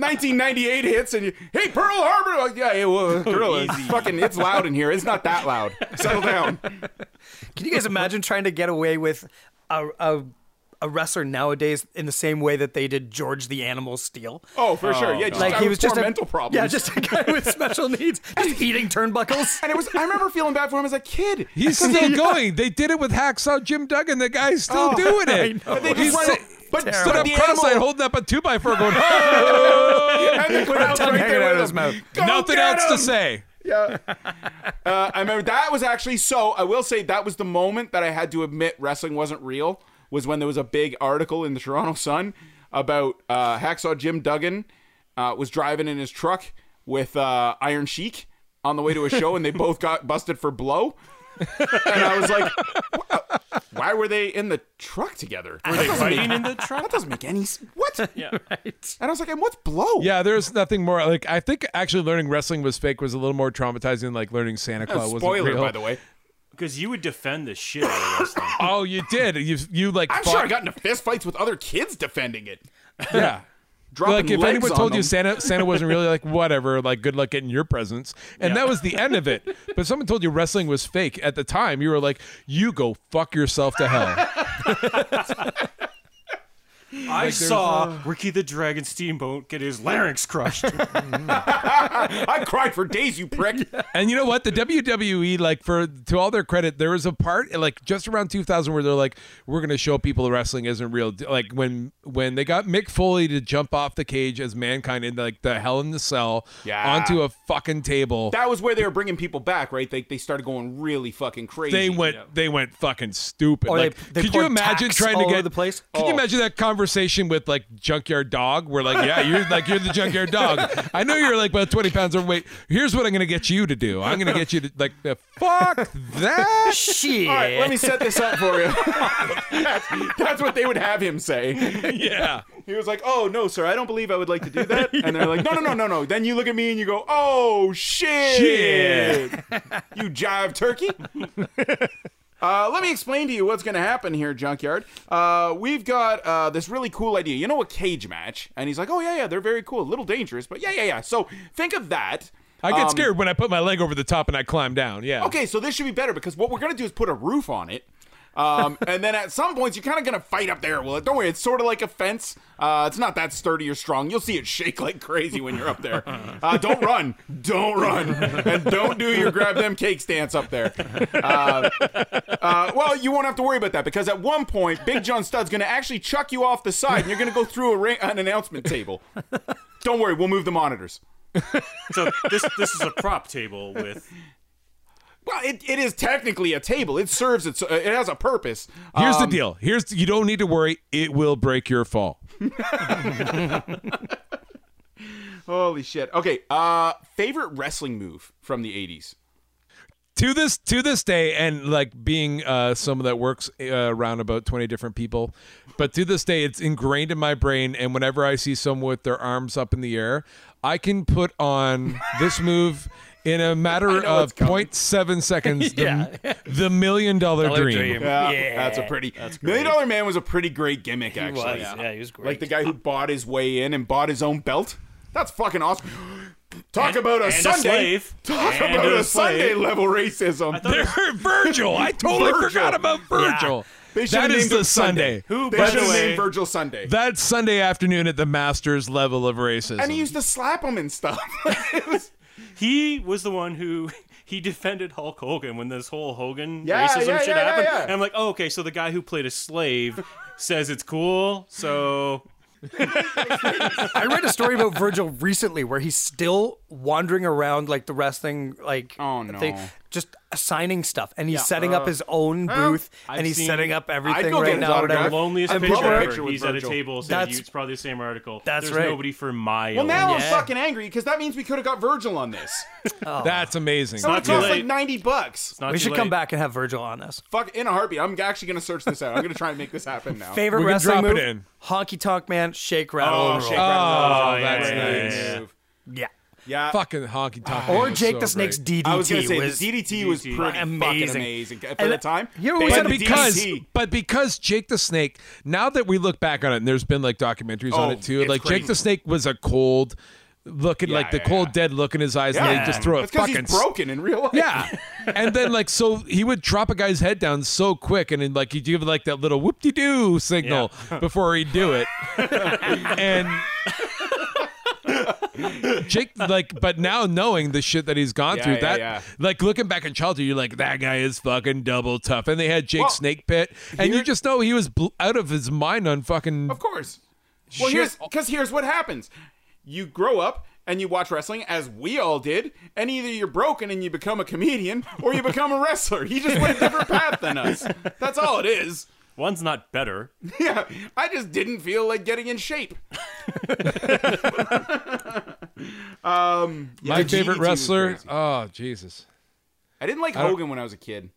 [SPEAKER 3] 1998 hits, and you, hey, Pearl Harbor. Like, yeah, it was *laughs* Gorilla. It's fucking, it's loud in here. It's not that loud. Settle down.
[SPEAKER 6] Can you guys imagine trying to get away with a, a a wrestler nowadays in the same way that they did George the Animal Steel?
[SPEAKER 3] Oh, for sure. Yeah, just
[SPEAKER 6] Like he was just a
[SPEAKER 3] mental problems.
[SPEAKER 6] Yeah, just a guy with special needs, just eating turnbuckles.
[SPEAKER 3] and it was. I remember feeling bad for him as a kid. *laughs*
[SPEAKER 5] He's still going. They did it with Hacksaw Jim Duggan. The guy's still
[SPEAKER 3] Oh,
[SPEAKER 5] doing it.
[SPEAKER 3] But they
[SPEAKER 5] He's
[SPEAKER 3] just
[SPEAKER 5] sit-
[SPEAKER 3] went, but, but
[SPEAKER 5] stood up
[SPEAKER 3] the
[SPEAKER 5] cross-eyed,
[SPEAKER 3] animal-
[SPEAKER 5] holding up a two by
[SPEAKER 3] *laughs*
[SPEAKER 5] four, going, "Oh,
[SPEAKER 3] and the crowd's
[SPEAKER 6] tongue
[SPEAKER 3] right
[SPEAKER 6] hanging
[SPEAKER 3] there
[SPEAKER 6] out
[SPEAKER 3] with
[SPEAKER 6] of his
[SPEAKER 3] him.
[SPEAKER 6] mouth.
[SPEAKER 3] Go
[SPEAKER 5] nothing
[SPEAKER 3] get
[SPEAKER 5] else
[SPEAKER 3] him!
[SPEAKER 5] to say."
[SPEAKER 3] Yeah. Uh, I remember that was actually so. I will say that was the moment that I had to admit wrestling wasn't real. Was when there was a big article in the Toronto Sun about uh, hacksaw Jim Duggan uh, was driving in his truck with uh, Iron Sheik on the way to a show, and they both got busted for blow. and I was like, "Wha- why were they in the truck together?
[SPEAKER 4] Were they fighting in the
[SPEAKER 3] *laughs*
[SPEAKER 4] truck?
[SPEAKER 3] That doesn't make any s- what? *laughs* And
[SPEAKER 4] Yeah.
[SPEAKER 3] I was like, and what's blow?
[SPEAKER 5] Yeah, there's nothing more. Like I think actually learning wrestling was fake was a little more traumatizing than like learning Santa
[SPEAKER 3] Uh,
[SPEAKER 5] Claus was
[SPEAKER 3] spoiler, by the way.
[SPEAKER 4] Because you would defend the shit out
[SPEAKER 3] *laughs*
[SPEAKER 4] of wrestling.
[SPEAKER 5] Oh, you did. You you like.
[SPEAKER 3] I'm
[SPEAKER 5] fought-
[SPEAKER 3] sure I got into fist fights with other kids defending it.
[SPEAKER 5] Yeah.
[SPEAKER 3] Dropping
[SPEAKER 5] like if
[SPEAKER 3] legs
[SPEAKER 5] anyone
[SPEAKER 3] on
[SPEAKER 5] told
[SPEAKER 3] them.
[SPEAKER 5] you
[SPEAKER 3] *laughs*
[SPEAKER 5] Santa Santa wasn't really like whatever, like good luck getting your presents, and that was the end of it. But if someone told you wrestling was fake at the time, you were like, "You go fuck yourself
[SPEAKER 3] *laughs*
[SPEAKER 5] to hell."
[SPEAKER 4] I saw Ricky the Dragon Steamboat get his
[SPEAKER 3] *laughs*
[SPEAKER 4] larynx crushed.
[SPEAKER 3] I cried for days, you
[SPEAKER 5] *laughs*
[SPEAKER 3] prick.
[SPEAKER 5] and you know what? The WWE, like for to all their credit, there was a part like just around 2000 where they're like, "We're gonna show people wrestling isn't real." Like when when they got Mick Foley to jump off the cage as Mankind in like the Hell in the Cell
[SPEAKER 3] Yeah.
[SPEAKER 5] onto a fucking table.
[SPEAKER 3] That was where they were bringing people back, right? They, they started going really fucking crazy.
[SPEAKER 5] they went they went fucking stupid.
[SPEAKER 6] Or they-
[SPEAKER 5] like,
[SPEAKER 6] they
[SPEAKER 5] could you
[SPEAKER 6] poured
[SPEAKER 5] imagine
[SPEAKER 6] tacks
[SPEAKER 5] trying to
[SPEAKER 6] all
[SPEAKER 5] get
[SPEAKER 6] over the place? Oh.
[SPEAKER 5] Could you imagine that conversation with like junkyard dog? Where like, yeah, you're like you're the junkyard
[SPEAKER 6] *laughs*
[SPEAKER 5] dog. I know you're like about twenty pounds overweight. Here's what I'm gonna get you to do. I'm gonna get you to like the fuck that.
[SPEAKER 6] *laughs* *laughs* Shit.
[SPEAKER 3] All right, let
[SPEAKER 5] *laughs*
[SPEAKER 3] me set this up for you. *laughs* that's, that's what they would have him say.
[SPEAKER 5] Yeah.
[SPEAKER 3] He was like, "Oh no, sir, I don't believe I would like to do that." And they're like, "No, no, no, no, no." Then you look at me and you go, "Oh shit, you jive turkey." Uh, let me explain to you what's going to happen here, Junkyard. Uh, we've got uh, this really cool idea. You know, a cage match. And he's like, oh, yeah, yeah, they're very cool. A little dangerous, but yeah, yeah, yeah. So think of that.
[SPEAKER 5] I get
[SPEAKER 3] Um,
[SPEAKER 5] scared when I put my leg over the top and I climb down. Yeah.
[SPEAKER 3] Okay, so this should be better because what we're going to do is put a roof on it. Um, *laughs* and then at some points, you're kind of going to fight up there. Well, don't worry, it's sort of like a fence. Uh, it's not that sturdy or strong. You'll see it shake like crazy when you're up there. Uh, don't run. Don't run. And don't do your grab them cake stance up there. Uh, uh, well, you won't have to worry about that because at one point, Big John Stud's going to actually chuck you off the side and you're going to go through a ring- an announcement table. Don't worry, we'll move the monitors.
[SPEAKER 4] So this this is a prop table with
[SPEAKER 3] Well, it, it is technically a table. It serves its. uh, It has a purpose.
[SPEAKER 5] Here's
[SPEAKER 6] um,
[SPEAKER 5] the deal. Here's you don't need to worry. It will break your fall.
[SPEAKER 3] Holy shit. Okay. Uh, favorite wrestling move from the '80s.
[SPEAKER 5] to this to this day and like being uh someone that works uh, around about 20 different people but to this day it's ingrained in my brain and whenever i see someone with their arms up in the air i can put on this move in a *laughs* matter of 0.7 *laughs* seconds the, the million dollar dream,
[SPEAKER 3] Yeah, that's a pretty. Million Dollar Man was a pretty great gimmick, actually.
[SPEAKER 6] was. Yeah, he was great.
[SPEAKER 3] Like the guy who bought his way in and bought his own belt. That's fucking awesome.
[SPEAKER 4] *gasps*
[SPEAKER 3] Talk about a
[SPEAKER 4] and a
[SPEAKER 3] Sunday.
[SPEAKER 4] slave.
[SPEAKER 3] Talk
[SPEAKER 4] And
[SPEAKER 3] about
[SPEAKER 4] a
[SPEAKER 3] a, Sunday
[SPEAKER 4] slave.
[SPEAKER 3] level racism.
[SPEAKER 5] *laughs* virgil i totally
[SPEAKER 3] Virgil.
[SPEAKER 5] forgot about virgil
[SPEAKER 3] They should've
[SPEAKER 5] that is
[SPEAKER 3] named
[SPEAKER 5] the
[SPEAKER 3] it
[SPEAKER 5] sunday,
[SPEAKER 4] Who,
[SPEAKER 3] They
[SPEAKER 4] by
[SPEAKER 3] should
[SPEAKER 4] the
[SPEAKER 3] have
[SPEAKER 4] way-
[SPEAKER 3] named Virgil Sunday.
[SPEAKER 5] that sunday afternoon at the masters level of racism
[SPEAKER 3] and he used to slap him and
[SPEAKER 4] *laughs*
[SPEAKER 3] stuff. It was-
[SPEAKER 4] *laughs* he was the one who *laughs* he defended Hulk Hogan when this whole Hogan
[SPEAKER 3] Yeah,
[SPEAKER 4] racism
[SPEAKER 3] yeah,
[SPEAKER 4] shit
[SPEAKER 3] yeah, yeah,
[SPEAKER 4] happened.
[SPEAKER 3] yeah.
[SPEAKER 4] And I'm like, oh, okay, so the guy who played a slave *laughs* says it's cool, so
[SPEAKER 6] I read a story about Virgil recently where he's still wandering around like the wrestling like
[SPEAKER 3] Oh, no. uh,
[SPEAKER 6] thing, just assigning stuff and he's setting up his own booth
[SPEAKER 4] I've
[SPEAKER 6] and he's
[SPEAKER 4] seen-
[SPEAKER 6] setting up everything
[SPEAKER 3] go get
[SPEAKER 6] right
[SPEAKER 3] his
[SPEAKER 6] now.
[SPEAKER 3] autograph.
[SPEAKER 4] the
[SPEAKER 6] whatever.
[SPEAKER 4] loneliest
[SPEAKER 6] I'm
[SPEAKER 4] picture
[SPEAKER 6] blowing-
[SPEAKER 3] Picture
[SPEAKER 4] ever.
[SPEAKER 3] with
[SPEAKER 4] He's at a
[SPEAKER 3] Virgil.
[SPEAKER 4] table saying
[SPEAKER 6] That's-
[SPEAKER 4] you, it's probably the same article.
[SPEAKER 6] That's
[SPEAKER 4] There's
[SPEAKER 6] right.
[SPEAKER 4] nobody for miles.
[SPEAKER 3] well, now I'm
[SPEAKER 6] Yeah.
[SPEAKER 3] fucking angry because that means we could have got Virgil on this.
[SPEAKER 5] that's amazing
[SPEAKER 3] That would
[SPEAKER 4] not too
[SPEAKER 3] cost like
[SPEAKER 4] late.
[SPEAKER 3] 90 bucks.
[SPEAKER 4] Not
[SPEAKER 6] We
[SPEAKER 4] too
[SPEAKER 6] should come
[SPEAKER 4] late.
[SPEAKER 6] back and have Virgil on this.
[SPEAKER 3] Fuck, in a heartbeat. I'm actually going to search this out. I'm going to try and make this
[SPEAKER 4] *laughs*
[SPEAKER 3] happen now.
[SPEAKER 6] Favorite
[SPEAKER 5] We can
[SPEAKER 6] wrestling
[SPEAKER 5] drop it
[SPEAKER 6] move?
[SPEAKER 5] in.
[SPEAKER 6] Honky Tonk Man, Shake Rattle
[SPEAKER 3] Oh,
[SPEAKER 6] and
[SPEAKER 3] shake
[SPEAKER 6] Roll.
[SPEAKER 3] rattle, roll.
[SPEAKER 4] yeah,
[SPEAKER 5] that's
[SPEAKER 4] yeah,
[SPEAKER 5] nice.
[SPEAKER 4] yeah, yeah.
[SPEAKER 3] move. *laughs*
[SPEAKER 6] yeah.
[SPEAKER 3] Yeah.
[SPEAKER 5] fucking honky tonk man
[SPEAKER 6] Or
[SPEAKER 5] was
[SPEAKER 6] Jake
[SPEAKER 5] so
[SPEAKER 6] the Snake's
[SPEAKER 5] great.
[SPEAKER 6] DDT
[SPEAKER 3] I was gonna say
[SPEAKER 6] was
[SPEAKER 3] the DDT was pretty
[SPEAKER 6] amazing.
[SPEAKER 3] fucking amazing for
[SPEAKER 6] And
[SPEAKER 3] the time.
[SPEAKER 6] you
[SPEAKER 3] They
[SPEAKER 6] always
[SPEAKER 3] had
[SPEAKER 5] but
[SPEAKER 6] had a
[SPEAKER 3] the
[SPEAKER 5] because
[SPEAKER 3] DDT.
[SPEAKER 5] but because Jake the Snake, now that we look back on it, and there's been like documentaries
[SPEAKER 3] Oh,
[SPEAKER 5] on it too.
[SPEAKER 3] it's
[SPEAKER 5] Like
[SPEAKER 3] crazy.
[SPEAKER 5] Jake the Snake was a cold looking,
[SPEAKER 3] Yeah,
[SPEAKER 5] like the
[SPEAKER 3] yeah,
[SPEAKER 5] cold
[SPEAKER 3] yeah.
[SPEAKER 5] dead look in his eyes, and they just throw a
[SPEAKER 3] That's 'cause
[SPEAKER 5] fucking
[SPEAKER 3] he's broken in real life.
[SPEAKER 5] yeah. and then like so he would drop a guy's head down so quick and then like he'd give like that little whoop de doo signal before he'd do it. and Jake like but now knowing the shit that he's gone
[SPEAKER 3] Yeah,
[SPEAKER 5] through
[SPEAKER 3] yeah,
[SPEAKER 5] that
[SPEAKER 3] yeah.
[SPEAKER 5] like looking back in childhood you're like that guy is fucking double tough and they had Jake
[SPEAKER 3] Well,
[SPEAKER 5] Snake Pit and you just know he was bl- out of his mind on fucking
[SPEAKER 3] Of course. Well,
[SPEAKER 5] Shit.
[SPEAKER 3] here's because here's what happens: you grow up and you watch wrestling, as we all did, and either you're broken and you become a comedian, or you become a wrestler. He just went a different path than us. That's all it is. *laughs*
[SPEAKER 4] One's not better.
[SPEAKER 3] Yeah, I just didn't feel like getting in shape. um, yeah,
[SPEAKER 5] my
[SPEAKER 3] GDT
[SPEAKER 5] favorite
[SPEAKER 3] was
[SPEAKER 5] wrestler.
[SPEAKER 3] crazy.
[SPEAKER 5] Oh Jesus.
[SPEAKER 3] I didn't like Hogan when I was a kid.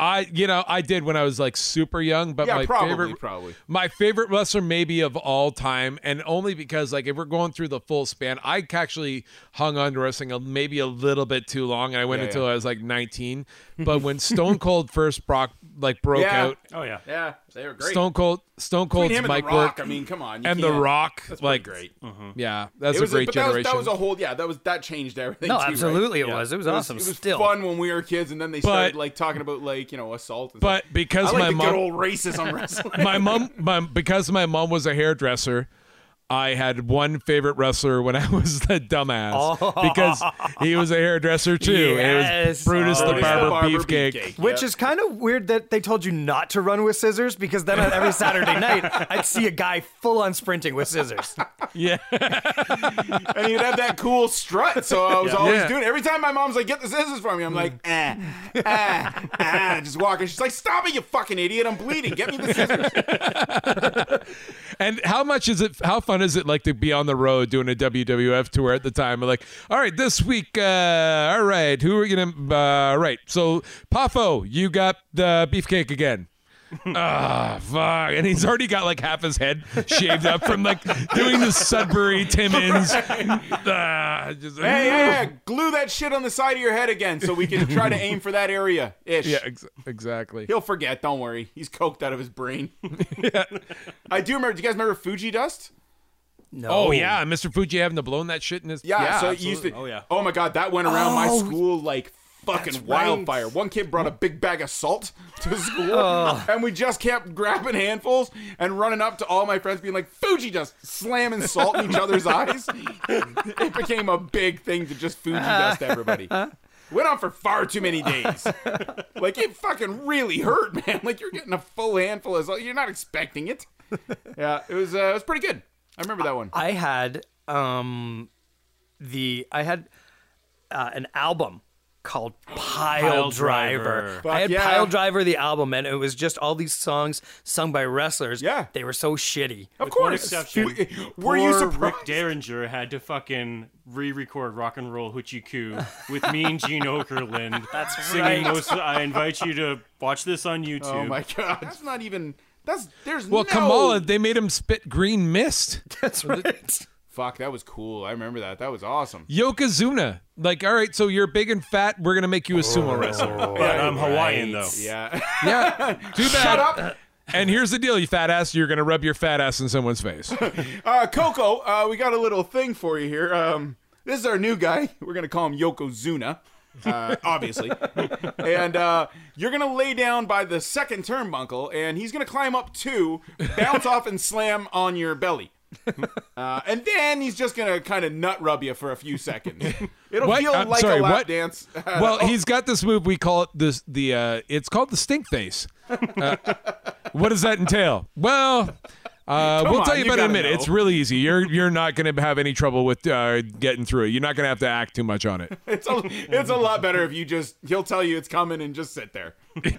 [SPEAKER 5] I you know I did when I was like super young, but
[SPEAKER 3] Yeah,
[SPEAKER 5] my
[SPEAKER 3] probably,
[SPEAKER 5] favorite
[SPEAKER 3] probably.
[SPEAKER 5] my favorite wrestler maybe of all time, and only because like if we're going through the full span, I actually hung on to wrestling a, maybe a little bit too long, and I went
[SPEAKER 3] Yeah,
[SPEAKER 5] until
[SPEAKER 3] yeah.
[SPEAKER 5] I was like 19.
[SPEAKER 3] *laughs*
[SPEAKER 5] But when Stone Cold first Brock like broke
[SPEAKER 3] Yeah.
[SPEAKER 5] out,
[SPEAKER 4] Oh yeah.
[SPEAKER 3] Yeah, they were great.
[SPEAKER 5] Stone Cold Stone
[SPEAKER 3] Between
[SPEAKER 5] Cold's
[SPEAKER 3] him and
[SPEAKER 5] mic
[SPEAKER 3] the Rock.
[SPEAKER 5] work
[SPEAKER 3] I mean, come on. you
[SPEAKER 5] and the
[SPEAKER 3] can't-
[SPEAKER 5] Rock
[SPEAKER 3] That's pretty
[SPEAKER 5] like
[SPEAKER 3] great.
[SPEAKER 5] yeah, that's
[SPEAKER 3] It
[SPEAKER 5] a
[SPEAKER 3] was
[SPEAKER 5] great
[SPEAKER 3] but
[SPEAKER 5] generation.
[SPEAKER 3] That was, that was a whole yeah. That was that changed everything.
[SPEAKER 6] No,
[SPEAKER 3] too, right?
[SPEAKER 6] absolutely it
[SPEAKER 4] Yeah.
[SPEAKER 6] was. It was
[SPEAKER 3] It was-
[SPEAKER 6] awesome.
[SPEAKER 3] It was
[SPEAKER 6] Still.
[SPEAKER 3] fun when we were kids, and then they started
[SPEAKER 5] But-
[SPEAKER 3] like talking about like you know assault. And
[SPEAKER 5] but
[SPEAKER 3] stuff.
[SPEAKER 5] because
[SPEAKER 3] I like
[SPEAKER 5] my
[SPEAKER 3] the
[SPEAKER 5] mom
[SPEAKER 3] good old racism wrestling.
[SPEAKER 5] *laughs* my mom my, because my mom was a hairdresser I had one favorite wrestler when I *laughs* was the dumbass because he was a hairdresser too. And it was
[SPEAKER 6] Yes.
[SPEAKER 5] Brutus the
[SPEAKER 3] Brutus *laughs*
[SPEAKER 5] Barber,
[SPEAKER 3] Barber
[SPEAKER 5] Beefcake.
[SPEAKER 6] Which
[SPEAKER 3] yeah.
[SPEAKER 6] is kind of weird that they told you not to run with scissors because then on every Saturday night I'd see a guy full on sprinting
[SPEAKER 3] *laughs*
[SPEAKER 6] with scissors.
[SPEAKER 5] Yeah.
[SPEAKER 3] and he'd have that cool strut. So I was always
[SPEAKER 5] Yeah.
[SPEAKER 3] doing. it. Every time my mom's like, "Get the scissors from me," I'm like, "Ah, ah, ah," just walking. She's like, "Stop it, you fucking idiot! I'm bleeding. Get me the scissors."
[SPEAKER 5] And how much is it? How fun is it like to be on the road doing a WWF tour at the time? Like, all right, this week, uh, all right, who are we gonna? Uh, all right, so Poffo, you got the beefcake again. *laughs* Ah, fuck! And he's already got like half his head shaved up from like doing the Sudbury Timmins. *laughs* Ah, just-
[SPEAKER 3] hey, *laughs* yeah, yeah, glue that shit on the side of your head again, so we can try to aim for that area ish.
[SPEAKER 5] yeah, ex- exactly.
[SPEAKER 3] He'll forget. Don't worry. He's coked out of his brain. *laughs* I do remember. Do you guys remember Fuji Dust?
[SPEAKER 6] No.
[SPEAKER 5] Oh yeah, Mr. Fuji having to blow that shit in his
[SPEAKER 3] Yeah, so it used to.
[SPEAKER 4] absolutely. Oh, yeah.
[SPEAKER 3] my god, that went around my
[SPEAKER 6] Oh.
[SPEAKER 3] school like fucking
[SPEAKER 6] That's right.
[SPEAKER 3] wildfire. One kid brought a big bag of salt to school,
[SPEAKER 6] Oh.
[SPEAKER 3] and we just kept grabbing handfuls and running up to all my friends, being like, "Fuji!" Just slamming salt in each
[SPEAKER 6] *laughs*
[SPEAKER 3] other's eyes. It became a big thing to just Fuji dust everybody. Went on for far too many days. like it fucking really hurt, man. Like you're getting a full handful of salt. You're not expecting it. Yeah, it was. Uh, it was pretty good. I remember that one.
[SPEAKER 6] I had um the I had uh, an album called Pile,
[SPEAKER 4] Pile
[SPEAKER 6] Driver.
[SPEAKER 4] Driver.
[SPEAKER 6] I had
[SPEAKER 3] yeah.
[SPEAKER 6] Pile Driver the album and it was just all these songs sung by wrestlers.
[SPEAKER 3] Yeah.
[SPEAKER 6] They were so shitty.
[SPEAKER 3] Of
[SPEAKER 4] One
[SPEAKER 3] course.
[SPEAKER 4] exception.
[SPEAKER 3] W- *laughs* Were you
[SPEAKER 4] Poor
[SPEAKER 3] surprised?
[SPEAKER 4] Rick Derringer had to fucking re-record "Rock and Roll Hoochie Coo"
[SPEAKER 6] *laughs*
[SPEAKER 4] with me and Gene Okerlund That's singing
[SPEAKER 6] right.
[SPEAKER 4] those. I invite you to watch this on YouTube.
[SPEAKER 3] Oh my god, that's not even. That's there's
[SPEAKER 5] Well,
[SPEAKER 3] no.
[SPEAKER 5] Kamala, they made him spit green mist.
[SPEAKER 6] That's right.
[SPEAKER 3] Fuck, that was cool. I remember that. That was awesome.
[SPEAKER 5] Yokozuna. Like, all right, so you're big and fat. We're gonna make you a
[SPEAKER 3] Oh.
[SPEAKER 5] sumo wrestler.
[SPEAKER 4] But I'm Hawaiian though.
[SPEAKER 3] Yeah.
[SPEAKER 5] Yeah. Too bad.
[SPEAKER 3] Shut up.
[SPEAKER 5] And here's the deal, you fat ass. You're gonna rub your fat ass in someone's face.
[SPEAKER 3] Uh, Coco, uh, we got a little thing for you here. Um, this is our new guy. We're gonna call him Yokozuna, uh, obviously. and uh, you're gonna lay down by the second turnbuckle, and he's gonna climb up two, bounce off, and slam on your belly. Uh, and then he's just gonna kind of nut rub you for a few seconds. It'll
[SPEAKER 5] What?
[SPEAKER 3] feel
[SPEAKER 5] I'm
[SPEAKER 3] like
[SPEAKER 5] sorry,
[SPEAKER 3] a lap
[SPEAKER 5] what?
[SPEAKER 3] dance. *laughs*
[SPEAKER 5] Well, he's got this move. We call it this the. Uh, it's called the stink face. Uh, what does that entail? Well. Uh, we'll
[SPEAKER 3] on,
[SPEAKER 5] tell you
[SPEAKER 3] you
[SPEAKER 5] about it in
[SPEAKER 3] gotta
[SPEAKER 5] a minute.
[SPEAKER 3] know.
[SPEAKER 5] It's really easy. You're you're not going to have any trouble with uh, getting through it. You're not going to have to act too much on it.
[SPEAKER 3] It's a, it's a lot better if you just he'll tell you it's coming and just sit
[SPEAKER 5] *laughs*
[SPEAKER 3] there.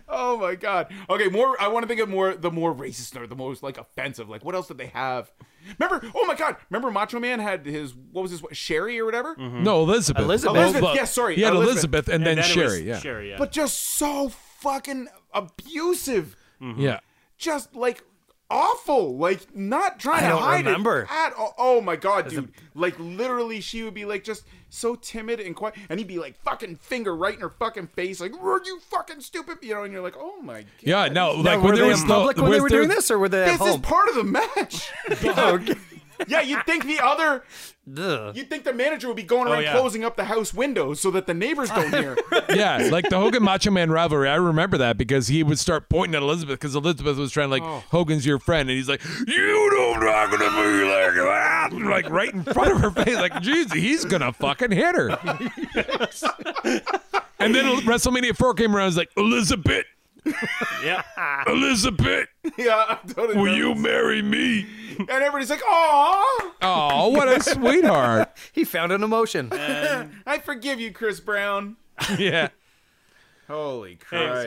[SPEAKER 3] Oh my god. Okay, more I want to think of more the more racist or the most like offensive. Like what else did they have? Remember? Oh my god. Remember Macho Man had his what was his what, Sherry or whatever?
[SPEAKER 5] No, Mm-hmm. Elizabeth.
[SPEAKER 6] Elizabeth.
[SPEAKER 5] Well,
[SPEAKER 3] Elizabeth,
[SPEAKER 5] look,
[SPEAKER 3] yeah, sorry,
[SPEAKER 5] He had
[SPEAKER 3] Elizabeth.
[SPEAKER 5] Elizabeth, and,
[SPEAKER 4] And
[SPEAKER 5] then,
[SPEAKER 4] it
[SPEAKER 5] Sherry.
[SPEAKER 4] was
[SPEAKER 5] Yeah,
[SPEAKER 4] Sherry. Yeah.
[SPEAKER 3] But just so fucking abusive.
[SPEAKER 6] Mm-hmm.
[SPEAKER 5] yeah.
[SPEAKER 3] Just like awful. Like not trying to
[SPEAKER 6] I don't
[SPEAKER 3] hide
[SPEAKER 6] remember.
[SPEAKER 3] it at all. Oh my god, dude. Like literally she would be like just so timid and quiet and he'd be like fucking finger right in her fucking face like were you fucking stupid you know and you're like oh my god
[SPEAKER 5] Yeah, no,
[SPEAKER 6] Now,
[SPEAKER 5] like
[SPEAKER 6] were
[SPEAKER 5] when there
[SPEAKER 6] they
[SPEAKER 5] was
[SPEAKER 6] in
[SPEAKER 5] no-
[SPEAKER 6] public when they
[SPEAKER 5] was
[SPEAKER 6] were
[SPEAKER 5] there-
[SPEAKER 6] doing this or were they at
[SPEAKER 3] This is
[SPEAKER 6] home?
[SPEAKER 3] part of the match.
[SPEAKER 6] Okay.
[SPEAKER 3] *laughs* yeah, you'd think the other,
[SPEAKER 6] Ugh.
[SPEAKER 3] you'd think the manager would be going around
[SPEAKER 4] yeah.
[SPEAKER 3] closing up the house windows so that the neighbors don't hear.
[SPEAKER 5] yeah, like the Hogan Macho Man rivalry. I remember that because he would start pointing at Elizabeth because Elizabeth was trying like Hogan's your friend, and he's like, "You don't talking to me like that," and, like right in front of her face. Like, geez, he's gonna fucking hit her. and then WrestleMania four came around. He's like, Elizabeth,
[SPEAKER 4] yeah.
[SPEAKER 5] Elizabeth,
[SPEAKER 3] *laughs* yeah, I totally.
[SPEAKER 5] will
[SPEAKER 3] know.
[SPEAKER 5] you marry me?
[SPEAKER 3] And everybody's like, "Aw,
[SPEAKER 5] Oh, what a sweetheart.
[SPEAKER 6] He found an emotion.
[SPEAKER 3] I forgive you, Chris Brown."
[SPEAKER 5] Yeah.
[SPEAKER 3] Holy
[SPEAKER 4] Hey,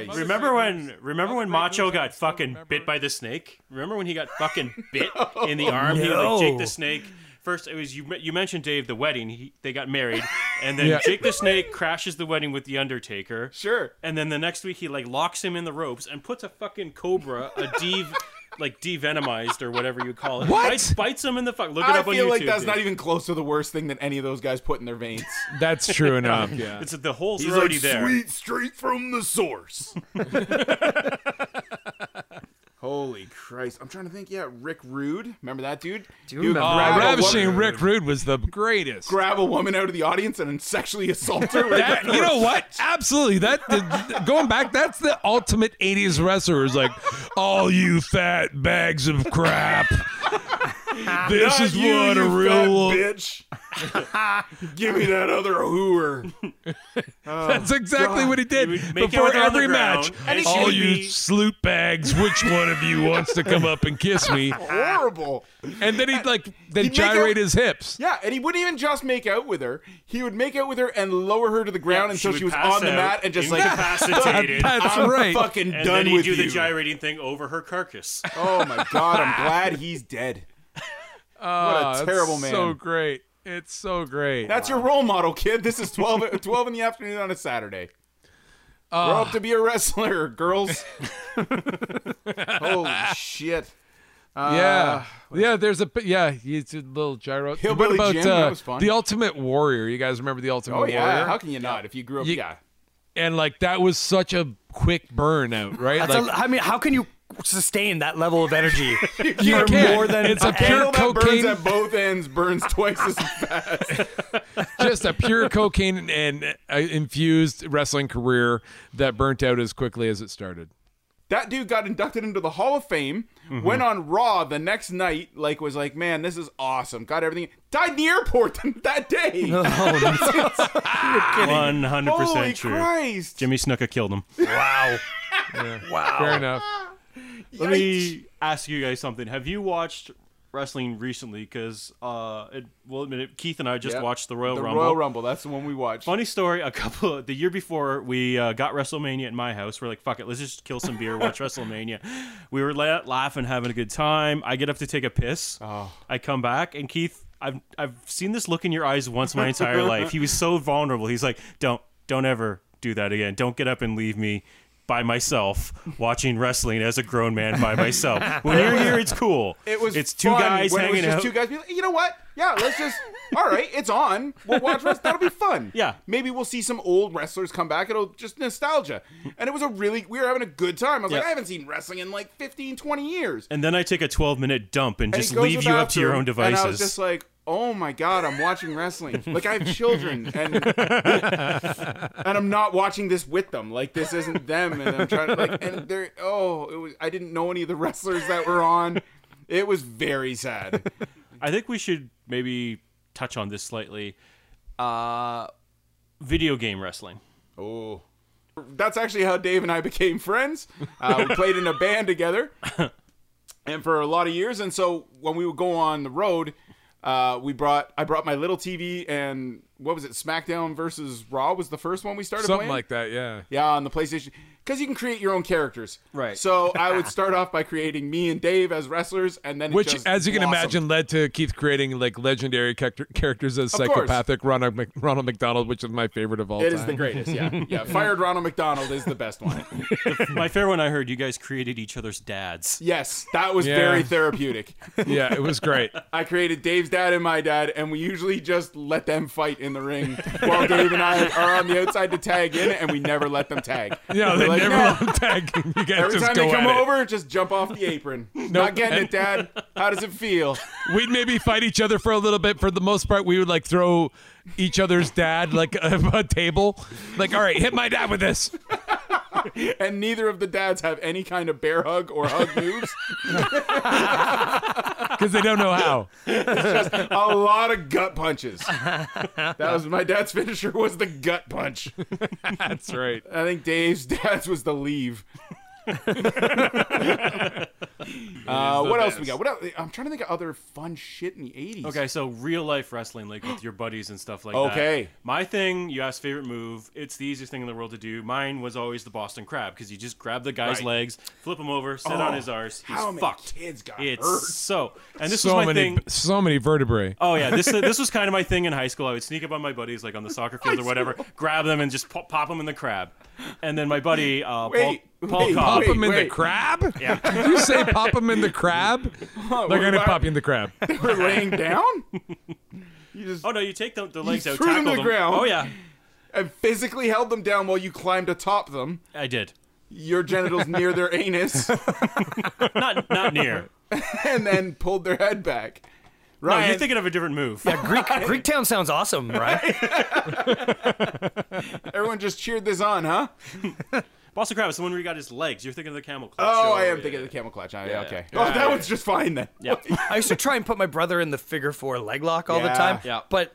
[SPEAKER 3] Christ!
[SPEAKER 4] remember when? Remember when Macho got fucking bit by the snake? Remember when he got fucking
[SPEAKER 3] *laughs*
[SPEAKER 4] bit in the arm? He was
[SPEAKER 6] No.
[SPEAKER 4] like Jake the Snake. First, it was you. You mentioned Dave the wedding. He, they got married, and then
[SPEAKER 5] Yeah.
[SPEAKER 4] Jake the Snake crashes the wedding with the Undertaker.
[SPEAKER 3] Sure.
[SPEAKER 4] And then the next week, he like locks him in the ropes and puts a fucking cobra, a dev, like devenomized or whatever you call it.
[SPEAKER 5] What?
[SPEAKER 4] Bites, bites him in the fuck. Look it
[SPEAKER 3] I
[SPEAKER 4] up on
[SPEAKER 3] feel
[SPEAKER 4] YouTube.
[SPEAKER 3] like that's not
[SPEAKER 4] dude.
[SPEAKER 3] even close to the worst thing that any of those guys put in their
[SPEAKER 4] *laughs*
[SPEAKER 3] veins.
[SPEAKER 5] That's true enough. Yeah.
[SPEAKER 4] It's the hole's already there.
[SPEAKER 3] straight from the
[SPEAKER 4] *laughs*
[SPEAKER 3] source. Holy Christ! I'm trying to think. Yeah, Rick Rude. Remember that dude?
[SPEAKER 6] you
[SPEAKER 3] He would
[SPEAKER 6] remember-
[SPEAKER 3] grab
[SPEAKER 5] Uh,
[SPEAKER 3] a
[SPEAKER 5] Ravishing
[SPEAKER 3] woman-
[SPEAKER 5] Rick Rude was the greatest.
[SPEAKER 3] grab a woman out of the audience and sexually assault her. with
[SPEAKER 5] That-
[SPEAKER 3] her
[SPEAKER 5] you know what? Absolutely. That the, going back, that's the ultimate '80s wrestler. Is like, all you fat bags of
[SPEAKER 3] *laughs*
[SPEAKER 5] crap. This
[SPEAKER 3] Not
[SPEAKER 5] is
[SPEAKER 3] you,
[SPEAKER 5] what
[SPEAKER 3] you
[SPEAKER 5] a real. *laughs*
[SPEAKER 3] fat bitch. *laughs* Give me that other hooer.
[SPEAKER 5] That's exactly what he did
[SPEAKER 4] He would make
[SPEAKER 5] before
[SPEAKER 4] out on the
[SPEAKER 5] every match.
[SPEAKER 4] ground, and he
[SPEAKER 5] all
[SPEAKER 4] should
[SPEAKER 5] you
[SPEAKER 4] be-
[SPEAKER 5] sloot bags, which one of you wants to come up and kiss me?
[SPEAKER 3] Horrible.
[SPEAKER 5] And
[SPEAKER 3] *laughs*
[SPEAKER 5] then he'd like then
[SPEAKER 3] He'd make out-
[SPEAKER 5] gyrate his hips.
[SPEAKER 3] Yeah, and he wouldn't even just make out with her. He would make out with her and lower her to the ground
[SPEAKER 4] Yeah,
[SPEAKER 3] until she,
[SPEAKER 4] would
[SPEAKER 3] was
[SPEAKER 4] pass
[SPEAKER 3] on the
[SPEAKER 4] out,
[SPEAKER 3] mat and just like *laughs*
[SPEAKER 4] incapacitated.
[SPEAKER 5] That's
[SPEAKER 3] I'm
[SPEAKER 5] right.
[SPEAKER 3] fucking
[SPEAKER 4] and
[SPEAKER 3] done
[SPEAKER 4] then he
[SPEAKER 3] with
[SPEAKER 4] do
[SPEAKER 3] you.
[SPEAKER 4] the gyrating thing over her carcass.
[SPEAKER 3] *laughs* Oh my god,
[SPEAKER 4] *laughs*
[SPEAKER 3] I'm glad he's dead.
[SPEAKER 5] *laughs* Ah, that's
[SPEAKER 3] terrible man.
[SPEAKER 5] So great. It's so great.
[SPEAKER 3] That's your role model, kid. This is *laughs* 12, 12 in the afternoon on a Saturday. Grow
[SPEAKER 5] Ah.
[SPEAKER 3] up to be a wrestler,
[SPEAKER 5] *laughs*
[SPEAKER 3] girls. Holy shit.
[SPEAKER 5] Yeah, yeah. There's a yeah. He's a little gyro.
[SPEAKER 3] Uh, Hillbilly
[SPEAKER 5] what
[SPEAKER 3] Jim,
[SPEAKER 5] about uh,
[SPEAKER 3] that was fun.
[SPEAKER 5] the Ultimate Warrior? You guys remember the Ultimate
[SPEAKER 3] Oh yeah,
[SPEAKER 5] Warrior?
[SPEAKER 3] how can you not if you grew up?
[SPEAKER 5] You-
[SPEAKER 3] yeah,
[SPEAKER 5] And like that was such a quick burnout, right?
[SPEAKER 6] That's
[SPEAKER 3] *laughs*
[SPEAKER 5] like
[SPEAKER 6] a, I mean, how can you sustain that level
[SPEAKER 5] *laughs*
[SPEAKER 6] of energy. you
[SPEAKER 5] can't.
[SPEAKER 6] more than
[SPEAKER 5] It's a
[SPEAKER 6] and-
[SPEAKER 3] Candle
[SPEAKER 5] pure
[SPEAKER 3] that burns
[SPEAKER 5] cocaine- *laughs*
[SPEAKER 3] at both ends burns twice as *laughs* fast.
[SPEAKER 5] just a pure cocaine and uh, infused wrestling career that burnt out as quickly as it started.
[SPEAKER 3] That dude got inducted into the Hall of Fame.
[SPEAKER 5] Mm-hmm.
[SPEAKER 3] Went on Raw the next night. Like was like, man, this is awesome. Got everything. Died in the airport *laughs* that day.
[SPEAKER 5] Oh,
[SPEAKER 6] *laughs*
[SPEAKER 4] One hundred
[SPEAKER 3] Holy
[SPEAKER 4] percent true.
[SPEAKER 3] Christ!
[SPEAKER 4] Jimmy Snuka killed him.
[SPEAKER 5] Fair enough.
[SPEAKER 4] Let me ask you guys something. Have you watched wrestling recently? Because uh, it, well, admit it, Keith and I just
[SPEAKER 3] Yep.
[SPEAKER 4] watched the Royal
[SPEAKER 3] the
[SPEAKER 4] Rumble.
[SPEAKER 3] Royal Rumble. That's the one we watched.
[SPEAKER 4] Funny story. A *laughs* couple the year before we uh, got WrestleMania at my house, we're like, "Fuck it, let's just kill some beer,
[SPEAKER 3] *laughs*
[SPEAKER 4] watch WrestleMania." We were la- laughing, having a good time. I get up to take a piss.
[SPEAKER 3] Oh.
[SPEAKER 4] I come back, and Keith, I've I've seen this look in your eyes once
[SPEAKER 3] *laughs*
[SPEAKER 4] my entire life. He was so vulnerable. He's like, "Don't don't ever do that again. Don't get up and leave me." By myself, watching wrestling as a grown man
[SPEAKER 3] *laughs*
[SPEAKER 4] by myself. When you're here, it's cool.
[SPEAKER 3] It was.
[SPEAKER 4] It's two
[SPEAKER 3] fun
[SPEAKER 4] guys
[SPEAKER 3] when it was
[SPEAKER 4] hanging
[SPEAKER 3] just
[SPEAKER 4] out.
[SPEAKER 3] Two guys. Be like, you know what? Yeah, let's
[SPEAKER 4] *laughs*
[SPEAKER 3] just. all right, it's on. We'll watch wrestling. That'll be fun.
[SPEAKER 4] Yeah.
[SPEAKER 3] Maybe we'll see some old wrestlers come back. It'll just nostalgia. And it was a really. We were having a good time. I was
[SPEAKER 4] Yeah.
[SPEAKER 3] like, I haven't seen wrestling in like 15, 20 years.
[SPEAKER 4] and then I take a 12 minute dump and,
[SPEAKER 3] And he
[SPEAKER 4] just
[SPEAKER 3] goes
[SPEAKER 4] leave
[SPEAKER 3] the
[SPEAKER 4] you up to your
[SPEAKER 3] bathroom,
[SPEAKER 4] own devices.
[SPEAKER 3] And I was just like, oh my god, I'm watching
[SPEAKER 4] *laughs*
[SPEAKER 3] wrestling. like I have children, and and I'm not watching this with them. Like this isn't them, and I'm trying to like, and they're oh, it was, I didn't know any of the wrestlers that were on. It was very sad.
[SPEAKER 4] I think we should maybe touch on this slightly. Uh, video game
[SPEAKER 5] *laughs*
[SPEAKER 4] wrestling.
[SPEAKER 3] Oh. That's actually how Dave and I became friends. Uh,
[SPEAKER 5] *laughs*
[SPEAKER 3] we played in a band together, and for a lot of years. And so when we would go on the road, uh, we brought I brought my little TV and what was it? SmackDown versus Raw was the first one we started
[SPEAKER 5] Something
[SPEAKER 3] playing.
[SPEAKER 5] like that, yeah.
[SPEAKER 3] Yeah, on the PlayStation. Because you can create your own characters.
[SPEAKER 4] Right.
[SPEAKER 3] So I
[SPEAKER 5] *laughs*
[SPEAKER 3] would start off by creating me and Dave as wrestlers, and then it
[SPEAKER 5] Which,
[SPEAKER 3] just
[SPEAKER 5] as you can
[SPEAKER 3] blossomed.
[SPEAKER 5] imagine, led to Keith creating like legendary character- characters as
[SPEAKER 3] Of course.
[SPEAKER 5] psychopathic Ronald, Mc- Ronald McDonald, which is my favorite of all
[SPEAKER 3] it
[SPEAKER 5] time.
[SPEAKER 3] is the greatest.
[SPEAKER 5] *laughs*
[SPEAKER 3] Yeah, yeah. Fired Ronald McDonald is the best one.
[SPEAKER 4] My fair one, I heard you guys created each other's dads.
[SPEAKER 3] Yes, that was
[SPEAKER 5] Yeah.
[SPEAKER 3] very therapeutic.
[SPEAKER 5] yeah, it was great.
[SPEAKER 3] *laughs* I created Dave's dad and my dad, and we usually just let them fight in the ring while Dave and I are on the outside to tag in, and we never let them tag.
[SPEAKER 5] Yeah,
[SPEAKER 3] We're
[SPEAKER 5] they
[SPEAKER 3] like,
[SPEAKER 5] never
[SPEAKER 3] "No."
[SPEAKER 5] *laughs* let tagging. You guys
[SPEAKER 3] Every
[SPEAKER 5] just
[SPEAKER 3] time
[SPEAKER 5] go
[SPEAKER 3] they come
[SPEAKER 5] at it.
[SPEAKER 3] over, just jump off the
[SPEAKER 5] *laughs*
[SPEAKER 3] apron. Not getting it, Dad. How does it feel?
[SPEAKER 5] We'd maybe fight each other for a little bit. For the most part, we would like throw each other's dad like a, *laughs* a table. Like, all right, hit my dad with this.
[SPEAKER 3] And neither of the dads have any kind of bear hug or hug moves.
[SPEAKER 5] because they
[SPEAKER 3] *laughs*
[SPEAKER 5] don't know how.
[SPEAKER 3] A lot of gut punches. That was my dad's finisher was the gut punch.
[SPEAKER 5] That's right.
[SPEAKER 3] I think Dave's *laughs* dad's was the
[SPEAKER 4] *laughs*
[SPEAKER 3] leave. uh, what else we
[SPEAKER 5] best.
[SPEAKER 3] got? What else? I'm trying to think of other fun shit in the 80s.
[SPEAKER 4] Okay, so real life wrestling, like with your buddies and stuff like that.
[SPEAKER 3] Okay.
[SPEAKER 4] My thing, you asked favorite move. It's the easiest thing in the world to do. Mine was always the Boston Crab because you just grab the guy's
[SPEAKER 3] Right.
[SPEAKER 4] legs, flip him over, sit on his arse. He's
[SPEAKER 3] Oh, How many
[SPEAKER 4] fucked.
[SPEAKER 3] kids got
[SPEAKER 4] It's
[SPEAKER 3] hurt?
[SPEAKER 4] *laughs* so. And this
[SPEAKER 5] so
[SPEAKER 4] was my
[SPEAKER 5] many,
[SPEAKER 4] thing.
[SPEAKER 5] so many vertebrae.
[SPEAKER 4] Oh yeah, this
[SPEAKER 3] *laughs*
[SPEAKER 4] this was kind of my thing in high school. I would sneak up on my buddies like on the soccer field or whatever, grab them and just pop, pop them in the crab. And then my buddy uh,
[SPEAKER 3] Wait,
[SPEAKER 4] Paul, Paul
[SPEAKER 3] wait,
[SPEAKER 4] Cobb,
[SPEAKER 5] Pop him in the
[SPEAKER 3] wait. *laughs*
[SPEAKER 5] crab? Yeah. Did you say pop him in the crab? They're gonna
[SPEAKER 3] about-
[SPEAKER 5] pop you in the crab.
[SPEAKER 3] They
[SPEAKER 4] *laughs*
[SPEAKER 3] were laying down you just
[SPEAKER 4] Oh no, you take the, the legs out,
[SPEAKER 3] threw them
[SPEAKER 4] tackle
[SPEAKER 3] to the ground.
[SPEAKER 4] Oh yeah,
[SPEAKER 3] and physically held them down while you climbed atop them,
[SPEAKER 4] I did.
[SPEAKER 3] your genitals near
[SPEAKER 4] *laughs*
[SPEAKER 3] their anus, *laughs*
[SPEAKER 4] Not not near.
[SPEAKER 3] and then pulled their head back.
[SPEAKER 4] No,
[SPEAKER 3] Right.
[SPEAKER 4] you're thinking of a different move.
[SPEAKER 6] Greek Greek town sounds awesome, right?
[SPEAKER 3] Everyone just cheered this on, huh?
[SPEAKER 4] Boston crab is the one where you got his legs. You're thinking of the camel clutch.
[SPEAKER 3] Oh,
[SPEAKER 4] or-
[SPEAKER 3] I am
[SPEAKER 4] yeah,
[SPEAKER 3] thinking
[SPEAKER 4] yeah.
[SPEAKER 3] of the camel clutch. I, okay.
[SPEAKER 4] yeah.
[SPEAKER 3] Oh, that one's just fine then.
[SPEAKER 4] Yeah.
[SPEAKER 6] I used to try and put my brother in the figure four leg lock all
[SPEAKER 3] Yeah.
[SPEAKER 6] the time,
[SPEAKER 4] Yeah.
[SPEAKER 6] but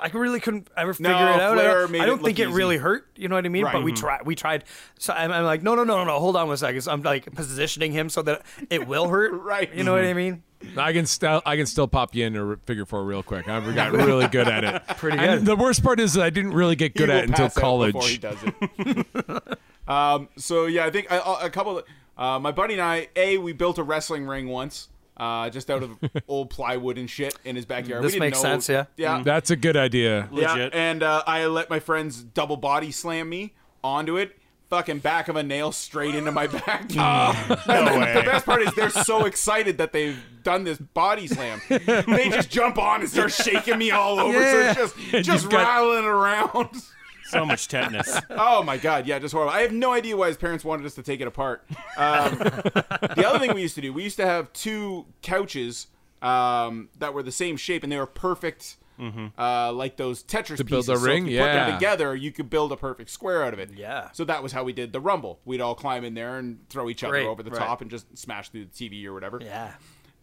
[SPEAKER 6] I really couldn't ever figure
[SPEAKER 3] No,
[SPEAKER 6] it out. I
[SPEAKER 3] Flair
[SPEAKER 6] don't,
[SPEAKER 3] made
[SPEAKER 6] I
[SPEAKER 3] it
[SPEAKER 6] don't
[SPEAKER 3] look
[SPEAKER 6] think it
[SPEAKER 3] easy.
[SPEAKER 6] really hurt. You know what I mean?
[SPEAKER 3] Right.
[SPEAKER 6] But we tried. We tried. So I'm, I'm like, no, no, no, no, no. Hold on one second. So I'm like positioning him so that it will hurt.
[SPEAKER 3] *laughs* Right.
[SPEAKER 6] You know what I mean?
[SPEAKER 5] I can still, I can still pop you in a figure four real quick. I got really good at it.
[SPEAKER 3] *laughs*
[SPEAKER 5] Pretty good. And the worst part is that I didn't really get good
[SPEAKER 3] He will
[SPEAKER 5] at it until
[SPEAKER 3] pass out Before he
[SPEAKER 5] college.
[SPEAKER 3] does it. *laughs* um, so yeah, I think a, a couple. Of, uh, my buddy and I, a we built a wrestling ring once, uh, just out
[SPEAKER 5] *laughs*
[SPEAKER 3] of old plywood and shit in his backyard.
[SPEAKER 6] This
[SPEAKER 3] we didn't
[SPEAKER 6] makes
[SPEAKER 3] know-
[SPEAKER 6] sense, yeah.
[SPEAKER 3] yeah,
[SPEAKER 5] That's a good idea.
[SPEAKER 3] yeah.
[SPEAKER 4] Legit.
[SPEAKER 3] And uh, I let my friends double body slam me onto it. Fucking back of a nail straight into my back.
[SPEAKER 5] *laughs*
[SPEAKER 3] And then *laughs* The best part is they're so excited that they've done this body slam. they just jump on and start shaking me all over. So it's just
[SPEAKER 5] *laughs* And
[SPEAKER 3] just
[SPEAKER 5] you've got-
[SPEAKER 3] rattling around. *laughs*
[SPEAKER 4] So much tetanus.
[SPEAKER 3] Oh my god, yeah, just horrible. I have no idea why his parents wanted us to take it apart.
[SPEAKER 5] *laughs*
[SPEAKER 3] Um, the other thing we used to do, we used to have two couches um, that were the same shape, and they were perfect, uh, like those Tetris
[SPEAKER 5] Mm-hmm. To build
[SPEAKER 3] pieces.
[SPEAKER 5] a
[SPEAKER 3] So
[SPEAKER 5] ring?
[SPEAKER 3] if you put them
[SPEAKER 5] Yeah.
[SPEAKER 3] together, you could build a perfect square out of it.
[SPEAKER 6] Yeah.
[SPEAKER 3] So that was how we did the rumble. We'd all climb in there and throw each other
[SPEAKER 6] Right,
[SPEAKER 3] over the
[SPEAKER 6] right.
[SPEAKER 3] top and just smash through the TV or whatever.
[SPEAKER 6] Yeah.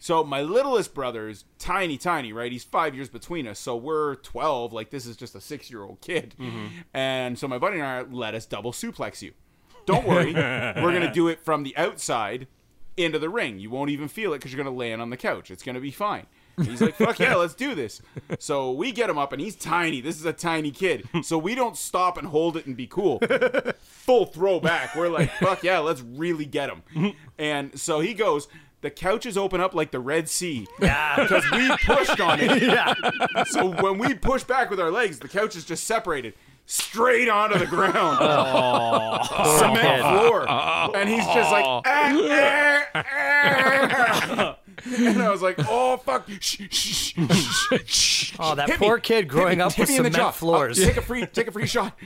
[SPEAKER 3] So my littlest brother is tiny, tiny, right? He's five years between us, so we're twelve. Like this is just a six-year-old kid, and so my buddy and I are, let us double suplex you. Don't worry, we're gonna do it from the outside into the ring. You won't even feel it because you're gonna land on the couch. It's gonna be fine. And He's like, fuck yeah, let's do this. So we get him up, and he's tiny. This is a tiny kid. So we don't stop and hold it and be cool full throwback. We're like, fuck yeah, let's really get him. and so he goes, the couches open up like the Red Sea. Because we pushed on it. So when we push back with our legs, the couch is just separated. Straight onto the ground, *laughs* cement floor, and he's just like, "Ah, ah, ah." *laughs* and I was like, "Oh fuck!" Shh, shh, shh, shh.
[SPEAKER 6] Oh, that
[SPEAKER 3] Hit me.
[SPEAKER 6] poor kid growing
[SPEAKER 3] Hit me.
[SPEAKER 6] up
[SPEAKER 3] Hit
[SPEAKER 6] with
[SPEAKER 3] me in the
[SPEAKER 6] cement
[SPEAKER 3] jaw.
[SPEAKER 6] floors.
[SPEAKER 3] Uh, take a free, take a free shot.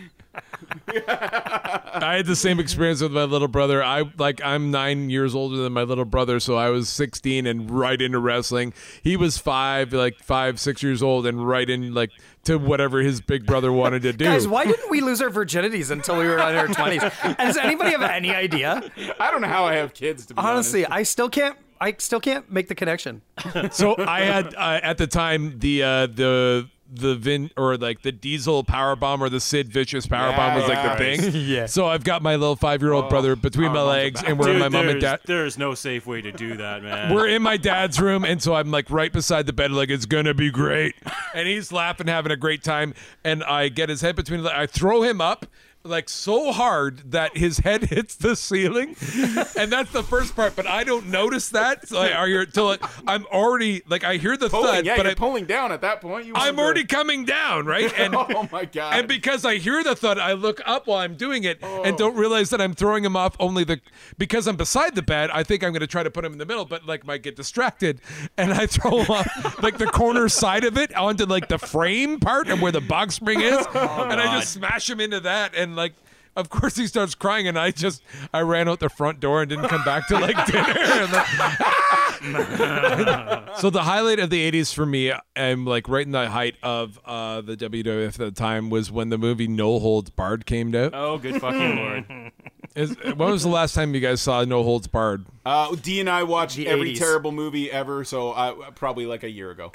[SPEAKER 5] I had the same experience with my little brother. I like I'm nine years older than my little brother, so I was 16 and right into wrestling. He was five, like five, six years old, and right in like to whatever his big brother
[SPEAKER 4] *laughs*
[SPEAKER 5] wanted to do.
[SPEAKER 6] Guys, why didn't we lose our virginities until we were in our 20s? And does anybody have any
[SPEAKER 3] *laughs*
[SPEAKER 6] idea?
[SPEAKER 3] I don't know how I have kids. To be
[SPEAKER 6] Honestly, I still can't. I still can't make the connection.
[SPEAKER 5] so I had uh, at the time the uh, the the Vin or like the Diesel power bomb or the Sid Vicious power bomb was like
[SPEAKER 3] Nice.
[SPEAKER 4] *laughs*
[SPEAKER 5] the thing. yeah. So I've got my little five year
[SPEAKER 4] Oh,
[SPEAKER 5] old brother between my legs, and we're in
[SPEAKER 4] Dude,
[SPEAKER 5] my mom
[SPEAKER 4] there's-
[SPEAKER 5] and dad.
[SPEAKER 4] There's no safe way to do that, man.
[SPEAKER 5] We're in my dad's room, and so I'm like right beside the bed, like it's gonna be great. And he's laughing, having a great time. And I get his head between. I throw him up like so hard that his head *laughs* hits the ceiling, and that's the first part. But I don't notice that. So I, are you till it, I'm already like I hear the
[SPEAKER 3] pulling,
[SPEAKER 5] thud,
[SPEAKER 3] yeah,
[SPEAKER 5] but
[SPEAKER 3] you're
[SPEAKER 5] I,
[SPEAKER 3] pulling down at that point. You
[SPEAKER 5] I'm
[SPEAKER 3] wonder-
[SPEAKER 5] already coming down, right? And
[SPEAKER 3] *laughs* Oh my god!
[SPEAKER 5] and because I hear the thud, I look up while I'm doing it and don't realize that I'm throwing him off. Only the because I'm beside the bed, I think I'm going to try to put him in the middle, but like might get distracted, and I *laughs* throw him off like the corner side of it onto like the frame part and where the box spring is, and I just smash him into that, and like. Of course, he starts crying, and I just I ran out the front door and didn't come back to like *laughs* dinner. And, like, so the highlight of the 80s for me i'm like right in the height of uh, the wwf at the time was when the movie no holds barred came out
[SPEAKER 4] oh, good
[SPEAKER 3] *laughs*
[SPEAKER 4] fucking lord.
[SPEAKER 5] Is- when was the last time you guys saw no holds barred
[SPEAKER 3] uh, D and I watched
[SPEAKER 6] The
[SPEAKER 3] every
[SPEAKER 6] 80s.
[SPEAKER 3] terrible movie ever, so I, probably like a year ago.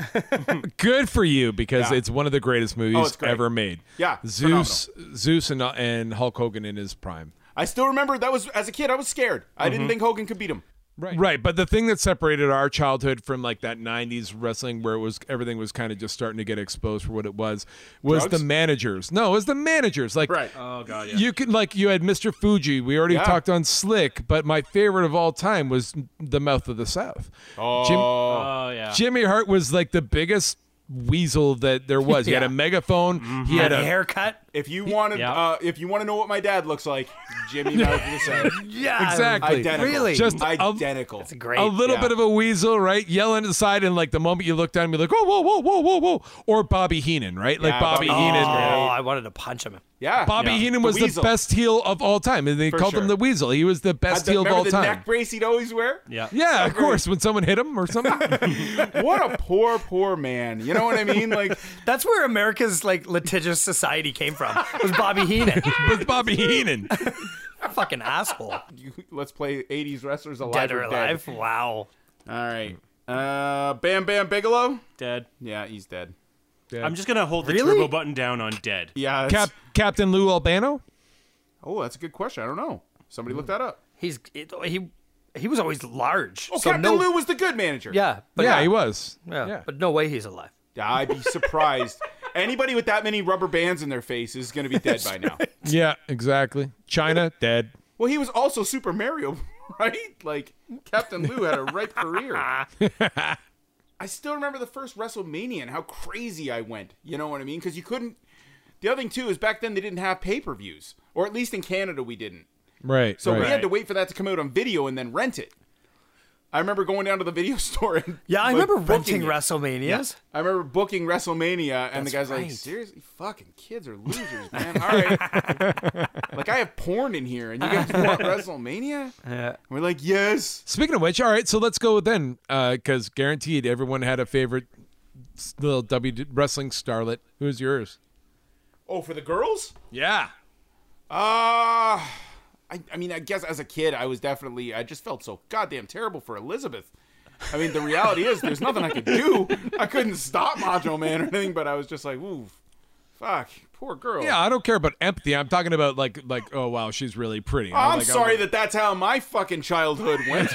[SPEAKER 5] good for you because
[SPEAKER 3] Yeah. Oh,
[SPEAKER 5] it's one of the greatest movies
[SPEAKER 3] it's great.
[SPEAKER 5] ever made
[SPEAKER 3] Yeah,
[SPEAKER 5] zeus zeus and, and hulk hogan in his prime
[SPEAKER 3] I still remember that was as a kid. I was scared. I
[SPEAKER 5] Mm-hmm.
[SPEAKER 3] didn't think Hogan could beat him.
[SPEAKER 5] Right. Right. But the thing that separated our childhood from like that 90s wrestling where it was everything was kind of just starting to get exposed for what it was was
[SPEAKER 3] Drugs?
[SPEAKER 5] the managers. No, it was the managers. Like,
[SPEAKER 3] Right.
[SPEAKER 4] Oh god, yeah.
[SPEAKER 5] you could like you had Mr. Fuji. We already
[SPEAKER 3] Yeah.
[SPEAKER 5] talked on Slick, but my favorite of all time was the Mouth of the South. Oh,
[SPEAKER 4] oh yeah.
[SPEAKER 5] Jimmy Hart was like the biggest weasel that there was. He had a megaphone. He had
[SPEAKER 3] Mm-hmm.
[SPEAKER 5] a
[SPEAKER 6] haircut.
[SPEAKER 3] If you wanted,
[SPEAKER 4] Yeah.
[SPEAKER 3] uh, if you want to know what my dad looks like,
[SPEAKER 5] *laughs*
[SPEAKER 3] Jimmy Mouth of the South.
[SPEAKER 6] Yeah.
[SPEAKER 5] Exactly.
[SPEAKER 3] identical,
[SPEAKER 6] Really?
[SPEAKER 5] Just a-
[SPEAKER 3] identical. It's
[SPEAKER 6] Great.
[SPEAKER 5] a little
[SPEAKER 3] yeah.
[SPEAKER 5] bit of a weasel, right? Yelling aside, and like the moment you look down, you're like, oh, whoa, whoa, whoa, whoa, who!" Or Bobby Heenan, right? Like
[SPEAKER 3] Yeah,
[SPEAKER 5] Bobby,
[SPEAKER 3] Bobby
[SPEAKER 5] Heenan.
[SPEAKER 6] Oh, I wanted to punch him.
[SPEAKER 3] Yeah,
[SPEAKER 5] Bobby
[SPEAKER 3] yeah.
[SPEAKER 5] Heenan was the,
[SPEAKER 3] weasel.
[SPEAKER 5] best heel of all time, and they
[SPEAKER 3] For
[SPEAKER 5] called
[SPEAKER 3] sure.
[SPEAKER 5] him the Weasel. He was the
[SPEAKER 3] Had
[SPEAKER 5] best
[SPEAKER 3] the-
[SPEAKER 5] heel of
[SPEAKER 3] remember
[SPEAKER 5] all
[SPEAKER 3] the
[SPEAKER 5] time.
[SPEAKER 3] neck brace he'd always wear.
[SPEAKER 4] yeah.
[SPEAKER 5] yeah, of course. When someone hit him or something.
[SPEAKER 3] *laughs* What a poor, poor man. You know what I
[SPEAKER 5] *laughs*
[SPEAKER 3] mean? Like,
[SPEAKER 6] That's where America's like litigious society came from. Was Bobby Heenan?
[SPEAKER 5] with Bobby Heenan.
[SPEAKER 6] Fucking asshole.
[SPEAKER 3] you, let's play '80s wrestlers alive
[SPEAKER 6] Dead or alive? Wow.
[SPEAKER 3] All right. Uh, Bam Bam Bigelow.
[SPEAKER 4] Dead.
[SPEAKER 3] Yeah, he's dead.
[SPEAKER 4] I'm just gonna hold the
[SPEAKER 6] Really?
[SPEAKER 4] turbo button down on dead.
[SPEAKER 3] Yeah. that's-
[SPEAKER 5] Cap- Captain Lou Albano?
[SPEAKER 3] Oh, that's a good question. I don't know. Somebody look that up.
[SPEAKER 6] He's it, he he was always large.
[SPEAKER 3] Oh,
[SPEAKER 6] so
[SPEAKER 3] Captain
[SPEAKER 6] no,
[SPEAKER 3] Lou was the good manager.
[SPEAKER 6] Yeah, but
[SPEAKER 5] yeah, he was.
[SPEAKER 6] Yeah,
[SPEAKER 5] yeah.
[SPEAKER 6] but no way he's alive.
[SPEAKER 3] I'd be surprised. Anybody with that many rubber bands in their face is going to be dead by now.
[SPEAKER 5] Yeah, exactly. China, dead.
[SPEAKER 3] Well, he was also Super Mario, *laughs* right? Like, Captain Lou had a ripe career. I still remember the first WrestleMania and how crazy I went. You know what I mean? Because you couldn't. The other thing, too, is back then they didn't have pay per views, or at least in Canada we didn't.
[SPEAKER 5] Right.
[SPEAKER 3] So
[SPEAKER 5] right.
[SPEAKER 3] we had to wait for that to come out on video and then rent it. I remember going down to the video *laughs* store and
[SPEAKER 6] Yeah, I
[SPEAKER 3] like,
[SPEAKER 6] remember
[SPEAKER 3] booking
[SPEAKER 6] renting
[SPEAKER 3] it.
[SPEAKER 6] WrestleManias.
[SPEAKER 3] I remember booking WrestleMania, and the
[SPEAKER 6] That's
[SPEAKER 3] guy's
[SPEAKER 6] right.
[SPEAKER 3] like, "Seriously, fucking kids are losers, man. All right,
[SPEAKER 6] *laughs*
[SPEAKER 3] like I have porn in here, and you guys want WrestleMania?
[SPEAKER 6] Yeah.
[SPEAKER 3] And we're like, yes.
[SPEAKER 5] Speaking of which, all right, so let's go then, because guaranteed everyone had a favorite s- little W wrestling starlet. Who's yours?
[SPEAKER 3] Oh, for the girls?
[SPEAKER 5] Yeah.
[SPEAKER 3] Uh I, I mean, I guess as a kid, I was definitely I just felt so goddamn terrible for Elizabeth. I mean, the reality is there's nothing I could do. I couldn't stop Macho Man or anything, but I was just like, ooh, fuck, poor girl.
[SPEAKER 5] Yeah, I don't care about empathy. I'm talking about like, like, oh wow, she's really pretty.
[SPEAKER 3] Oh, I'm
[SPEAKER 5] Like,
[SPEAKER 3] sorry that that's how my fucking childhood went.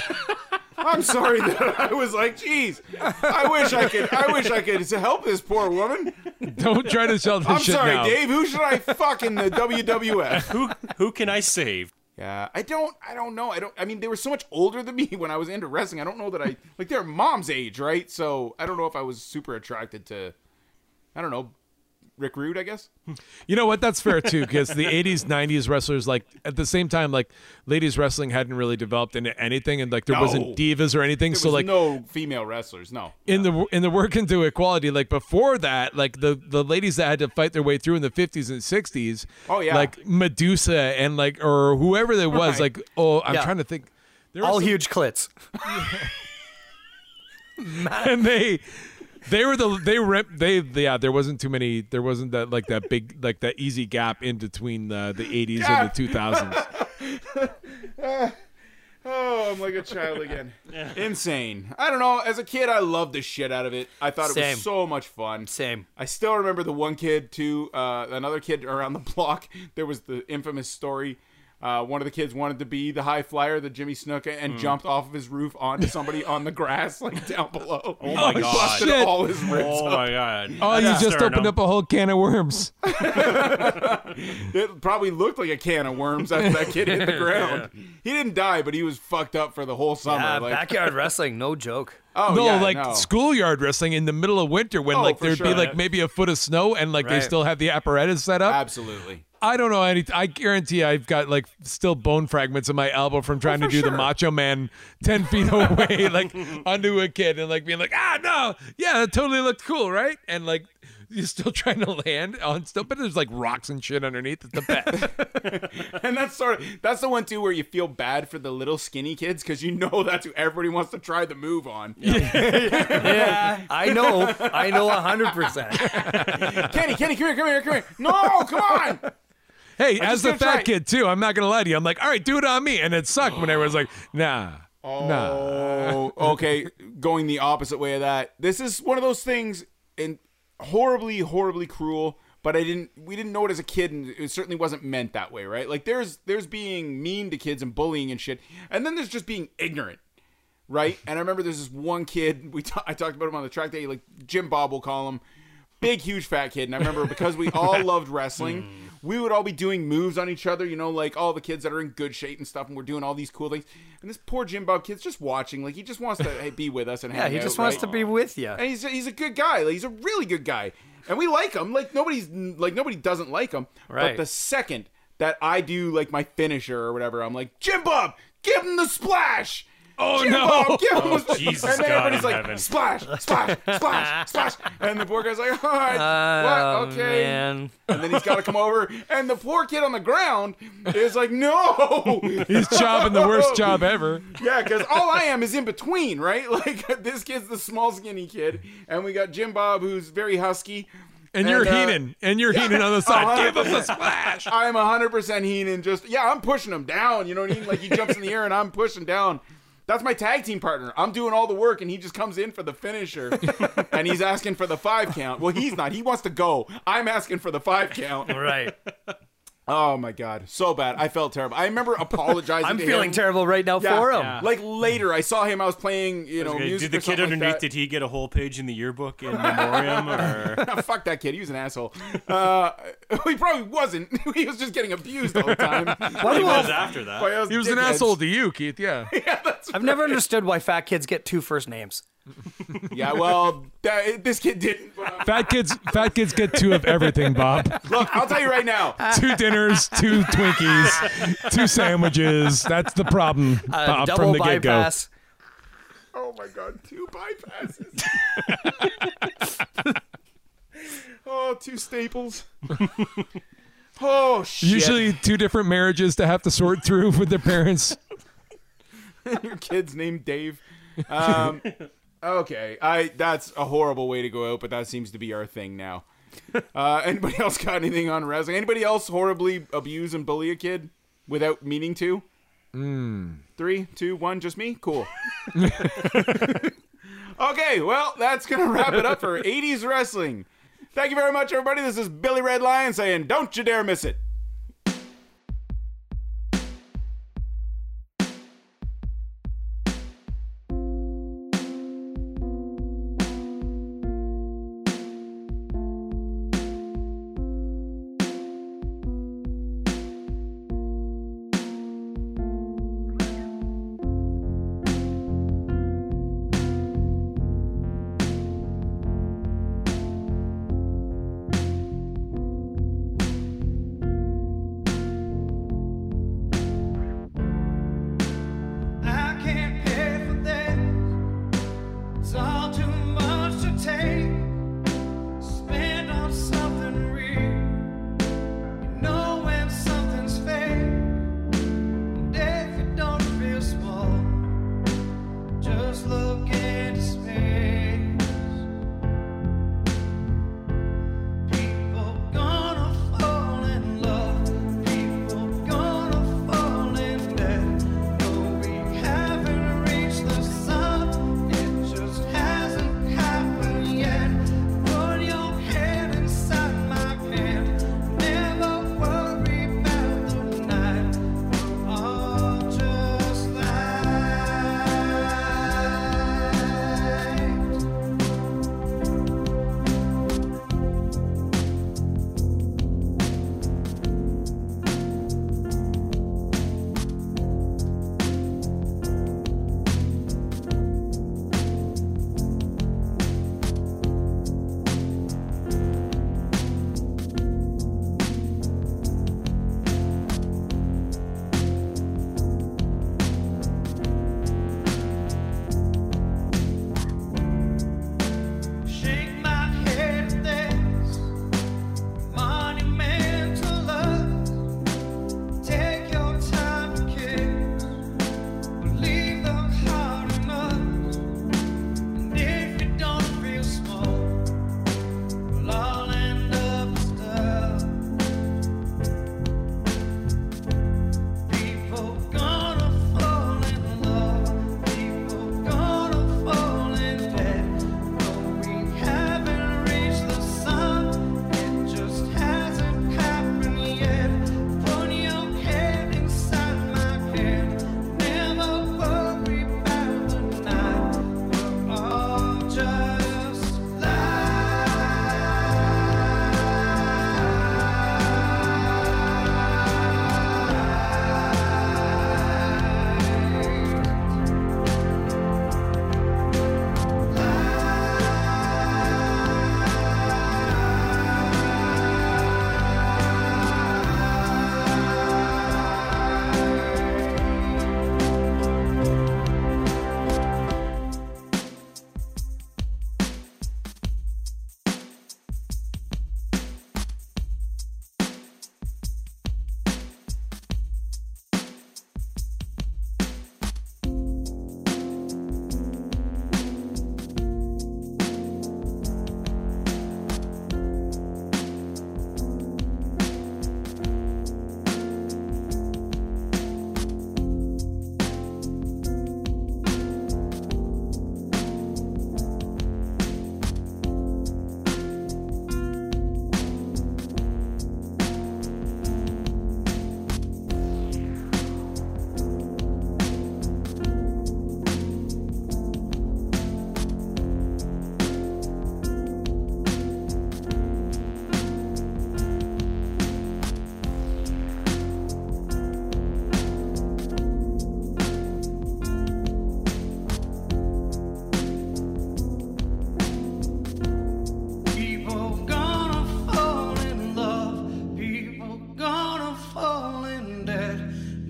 [SPEAKER 3] I'm sorry that I was like, geez, I wish I could, I wish I could help this poor woman.
[SPEAKER 5] *laughs* Don't try
[SPEAKER 3] *laughs*
[SPEAKER 5] to sell this
[SPEAKER 3] I'm
[SPEAKER 5] shit
[SPEAKER 3] sorry,
[SPEAKER 5] now.
[SPEAKER 3] Dave. Who should I fuck in the WWF?
[SPEAKER 4] Who who can I save?
[SPEAKER 3] Yeah, I don't, I don't know. I don't. I mean, they were so much older than me *laughs* when I was into wrestling. I don't know that I like they're mom's age, right? So I don't know if I was super attracted to, I don't know, Rick Rude. I guess.
[SPEAKER 5] You know what? That's fair too, because the '80s, '90s wrestlers, like at the same time, like ladies wrestling hadn't really developed into anything, and like there wasn't
[SPEAKER 3] No.
[SPEAKER 5] divas or anything.
[SPEAKER 3] There
[SPEAKER 5] so
[SPEAKER 3] was
[SPEAKER 5] like
[SPEAKER 3] no female wrestlers. No.
[SPEAKER 5] in the in the work into equality, like before that, like the the ladies that had to fight their way through in the 50s and 60s.
[SPEAKER 3] Oh, yeah.
[SPEAKER 5] like Medusa and like or whoever there was.
[SPEAKER 3] Right.
[SPEAKER 5] Like oh, I'm
[SPEAKER 6] Yeah.
[SPEAKER 5] trying to think. There were
[SPEAKER 6] All
[SPEAKER 5] some-
[SPEAKER 6] huge clits.
[SPEAKER 5] *laughs* and they they were the they rep they yeah there wasn't too many there wasn't that like that big like that easy gap in between the the 80s and the
[SPEAKER 3] *laughs*
[SPEAKER 5] 2000s
[SPEAKER 3] Oh, I'm like a child again. *laughs* Insane. I don't know. As a kid, I loved the shit out of it. I thought it
[SPEAKER 6] Same.
[SPEAKER 3] was so much fun.
[SPEAKER 6] Same.
[SPEAKER 3] I still remember the one kid too. Uh, another kid around the *laughs* block. There was the infamous story. Uh, one of the kids wanted to be the high flyer, the Jimmy Snuka,
[SPEAKER 4] Mm.
[SPEAKER 3] and jumped off of his roof onto
[SPEAKER 4] *laughs*
[SPEAKER 3] somebody on the grass, like down below. Oh
[SPEAKER 4] my God.
[SPEAKER 3] Busted
[SPEAKER 5] Shit.
[SPEAKER 3] all his ribs.
[SPEAKER 4] Oh my god!
[SPEAKER 5] oh you
[SPEAKER 4] That's
[SPEAKER 5] just
[SPEAKER 4] sternum.
[SPEAKER 5] opened up a whole can of worms
[SPEAKER 3] It probably looked like a can of worms after that kid hit
[SPEAKER 4] *laughs*
[SPEAKER 3] the ground. He didn't die, but he was fucked up for the whole summer.
[SPEAKER 6] Uh,
[SPEAKER 3] like,
[SPEAKER 6] backyard wrestling, no joke.
[SPEAKER 3] oh
[SPEAKER 5] no
[SPEAKER 3] yeah,
[SPEAKER 5] like
[SPEAKER 3] no.
[SPEAKER 5] schoolyard wrestling in the middle of winter when
[SPEAKER 3] Oh,
[SPEAKER 5] like
[SPEAKER 3] for
[SPEAKER 5] there'd be
[SPEAKER 3] sure.
[SPEAKER 5] like maybe a foot of snow and like they
[SPEAKER 6] Right.
[SPEAKER 5] still have the apparatus set up
[SPEAKER 3] Absolutely. *laughs*
[SPEAKER 5] i don't know any i guarantee i've got like still bone fragments in my elbow from trying to
[SPEAKER 3] Oh, for
[SPEAKER 5] do the
[SPEAKER 3] sure.
[SPEAKER 5] macho man
[SPEAKER 3] *laughs*
[SPEAKER 5] 10 feet away like onto a kid and like being like ah no yeah that totally looked cool right and like you're still *laughs* trying to land on stuff but there's like rocks and shit underneath it's the
[SPEAKER 3] *laughs*
[SPEAKER 5] best
[SPEAKER 3] And that's sort of that's the one too where you feel bad for the little skinny kids because you know *laughs* that's who everybody wants to try the move on.
[SPEAKER 6] *laughs* Yeah, I know. I know 100%.
[SPEAKER 3] Kenny, Kenny, come here, come here, come here. No, come on.
[SPEAKER 5] hey
[SPEAKER 3] I'm just
[SPEAKER 5] as the
[SPEAKER 3] gonna
[SPEAKER 5] fat
[SPEAKER 3] try it.
[SPEAKER 5] kid too i'm not gonna lie to you i'm like all right do it on me and it sucked when everyone's like nah nah
[SPEAKER 3] Oh, okay. Going the opposite way of that. This is one of those things, and horribly, horribly cruel. But I didn't. We didn't know it as a kid, and it certainly wasn't meant that way, right? Like there's there's being mean to kids and bullying and shit, and then there's just being ignorant, right? And I remember there's this one kid we ta- I talked about him on the track day, like Jim Bob will call him, big huge fat kid. And I remember because we
[SPEAKER 6] *laughs*
[SPEAKER 3] all loved
[SPEAKER 6] Mm.
[SPEAKER 3] wrestling, we would all be doing moves on each other, you know, like all the kids that are in good shape and stuff, and we're doing all these cool things. And this poor Jim Bob kid's just watching, like he just wants to hey, be with us and
[SPEAKER 6] *laughs* Yeah,
[SPEAKER 3] hang
[SPEAKER 6] he
[SPEAKER 3] out,
[SPEAKER 6] just wants
[SPEAKER 3] right?
[SPEAKER 6] to be with you.
[SPEAKER 3] and he's he's a good guy. Like, he's a really good guy, and we like him. Like nobody's like nobody doesn't like him.
[SPEAKER 6] Right.
[SPEAKER 3] But the second that I do like my finisher or whatever, I'm like Jim Bob, give him the splash. Oh
[SPEAKER 5] no.
[SPEAKER 3] give him the splash.
[SPEAKER 4] Jesus
[SPEAKER 3] and then
[SPEAKER 4] God
[SPEAKER 3] everybody's
[SPEAKER 4] in
[SPEAKER 3] like
[SPEAKER 4] heaven.
[SPEAKER 3] splash, splash, splash, splash, and the poor guy's like, all right,
[SPEAKER 6] Oh,
[SPEAKER 3] what? Okay.
[SPEAKER 6] *laughs* man.
[SPEAKER 3] And then he's got to come over, and the poor kid on the ground is like, no,
[SPEAKER 5] he's chopping the
[SPEAKER 3] *laughs*
[SPEAKER 5] worst job ever
[SPEAKER 3] yeah, because all I am is in between, right? *laughs* Like this kid's the small, skinny kid, and we got Jim Bob, who's very husky.
[SPEAKER 5] and you're
[SPEAKER 3] uh, Uh-huh.
[SPEAKER 5] Heenan, and you're Heenan on the side. Give him the
[SPEAKER 3] 100%.
[SPEAKER 5] splash.
[SPEAKER 3] *laughs* I'm 100% Heenan. Just yeah, I'm pushing him down. You know what I mean? Like he jumps in the air, and I'm pushing down. That's my tag team partner. I'm doing all the work, and he just comes in for the
[SPEAKER 5] *laughs*
[SPEAKER 3] finisher, and he's asking for the five count. Well, he's not. He wants to go. I'm asking for the five
[SPEAKER 5] *laughs*
[SPEAKER 3] count.
[SPEAKER 6] Right.
[SPEAKER 3] Oh my god, so bad. I felt terrible. I
[SPEAKER 5] *laughs*
[SPEAKER 3] remember apologizing.
[SPEAKER 6] I'm
[SPEAKER 3] to
[SPEAKER 6] feeling
[SPEAKER 3] him.
[SPEAKER 6] terrible right now
[SPEAKER 3] Yeah.
[SPEAKER 6] for him.
[SPEAKER 3] Like later, I saw him. I was playing, you know,
[SPEAKER 4] Okay,
[SPEAKER 3] music
[SPEAKER 4] did the
[SPEAKER 3] or
[SPEAKER 4] kid
[SPEAKER 3] something like
[SPEAKER 4] underneath?
[SPEAKER 3] that.
[SPEAKER 4] did he get a whole page in the yearbook in memoriam?
[SPEAKER 3] *laughs*
[SPEAKER 4] Or
[SPEAKER 3] Ah, fuck that kid. He was an asshole. Uh, *laughs* he probably wasn't. *laughs* he was just getting abused all the time.
[SPEAKER 6] Why
[SPEAKER 4] he
[SPEAKER 6] do
[SPEAKER 4] was
[SPEAKER 6] I,
[SPEAKER 4] after that.
[SPEAKER 3] By us
[SPEAKER 5] He was an
[SPEAKER 3] dickheads.
[SPEAKER 5] asshole to you, Keith. Yeah.
[SPEAKER 6] I've never understood why fat kids get two first names.
[SPEAKER 3] Yeah, well, that, this kid didn't. um,
[SPEAKER 5] fat kids, fat kids get two of everything, Bob.
[SPEAKER 3] Look, I'll tell you right now.
[SPEAKER 5] Two dinners, two Twinkies, two sandwiches. That's the problem,
[SPEAKER 6] A
[SPEAKER 5] Bob, from
[SPEAKER 6] double
[SPEAKER 5] the get go.
[SPEAKER 6] bypass.
[SPEAKER 3] Oh my god, two bypasses. *laughs* oh, two staples. *laughs* oh shit.
[SPEAKER 5] Usually two different marriages to have to sort through with their parents.
[SPEAKER 3] your kid's named Dave. Um, okay, I that's a horrible way to go out, but that seems to be our thing now. Uh, anybody else got anything on wrestling? Anybody else horribly abuse and bully a kid without meaning to? Three, two, one, just me? Cool. *laughs* okay, well, that's going to wrap it up for 80s wrestling. Thank you very much, everybody. This is Billy Red Lion saying, don't you dare miss it.
[SPEAKER 2] I can't pay for this. It's all too much to take. Spend on something real. You know when something's fake. And if you don't feel small, just look into space. People gonna fall in love. People gonna fall in debt. No, we haven't reached the sun. It just hasn't happened yet. Put your head inside my hand. Never worry about the night. We're all just light. Shake my head at this monumental love. Take your time to kiss. Believe the heart in us. And if you don't feel small, we'll all end up with stuff. People gonna fall in love. People gonna fall in debt. No, we haven't reached the sun. It just hasn't happened yet. Put your head inside my head. Never worry about the night. We're all just light. People gonna fall in love. People gonna fall in debt.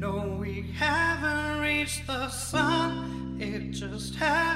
[SPEAKER 2] No, we haven't reached the sun. It just hasn't.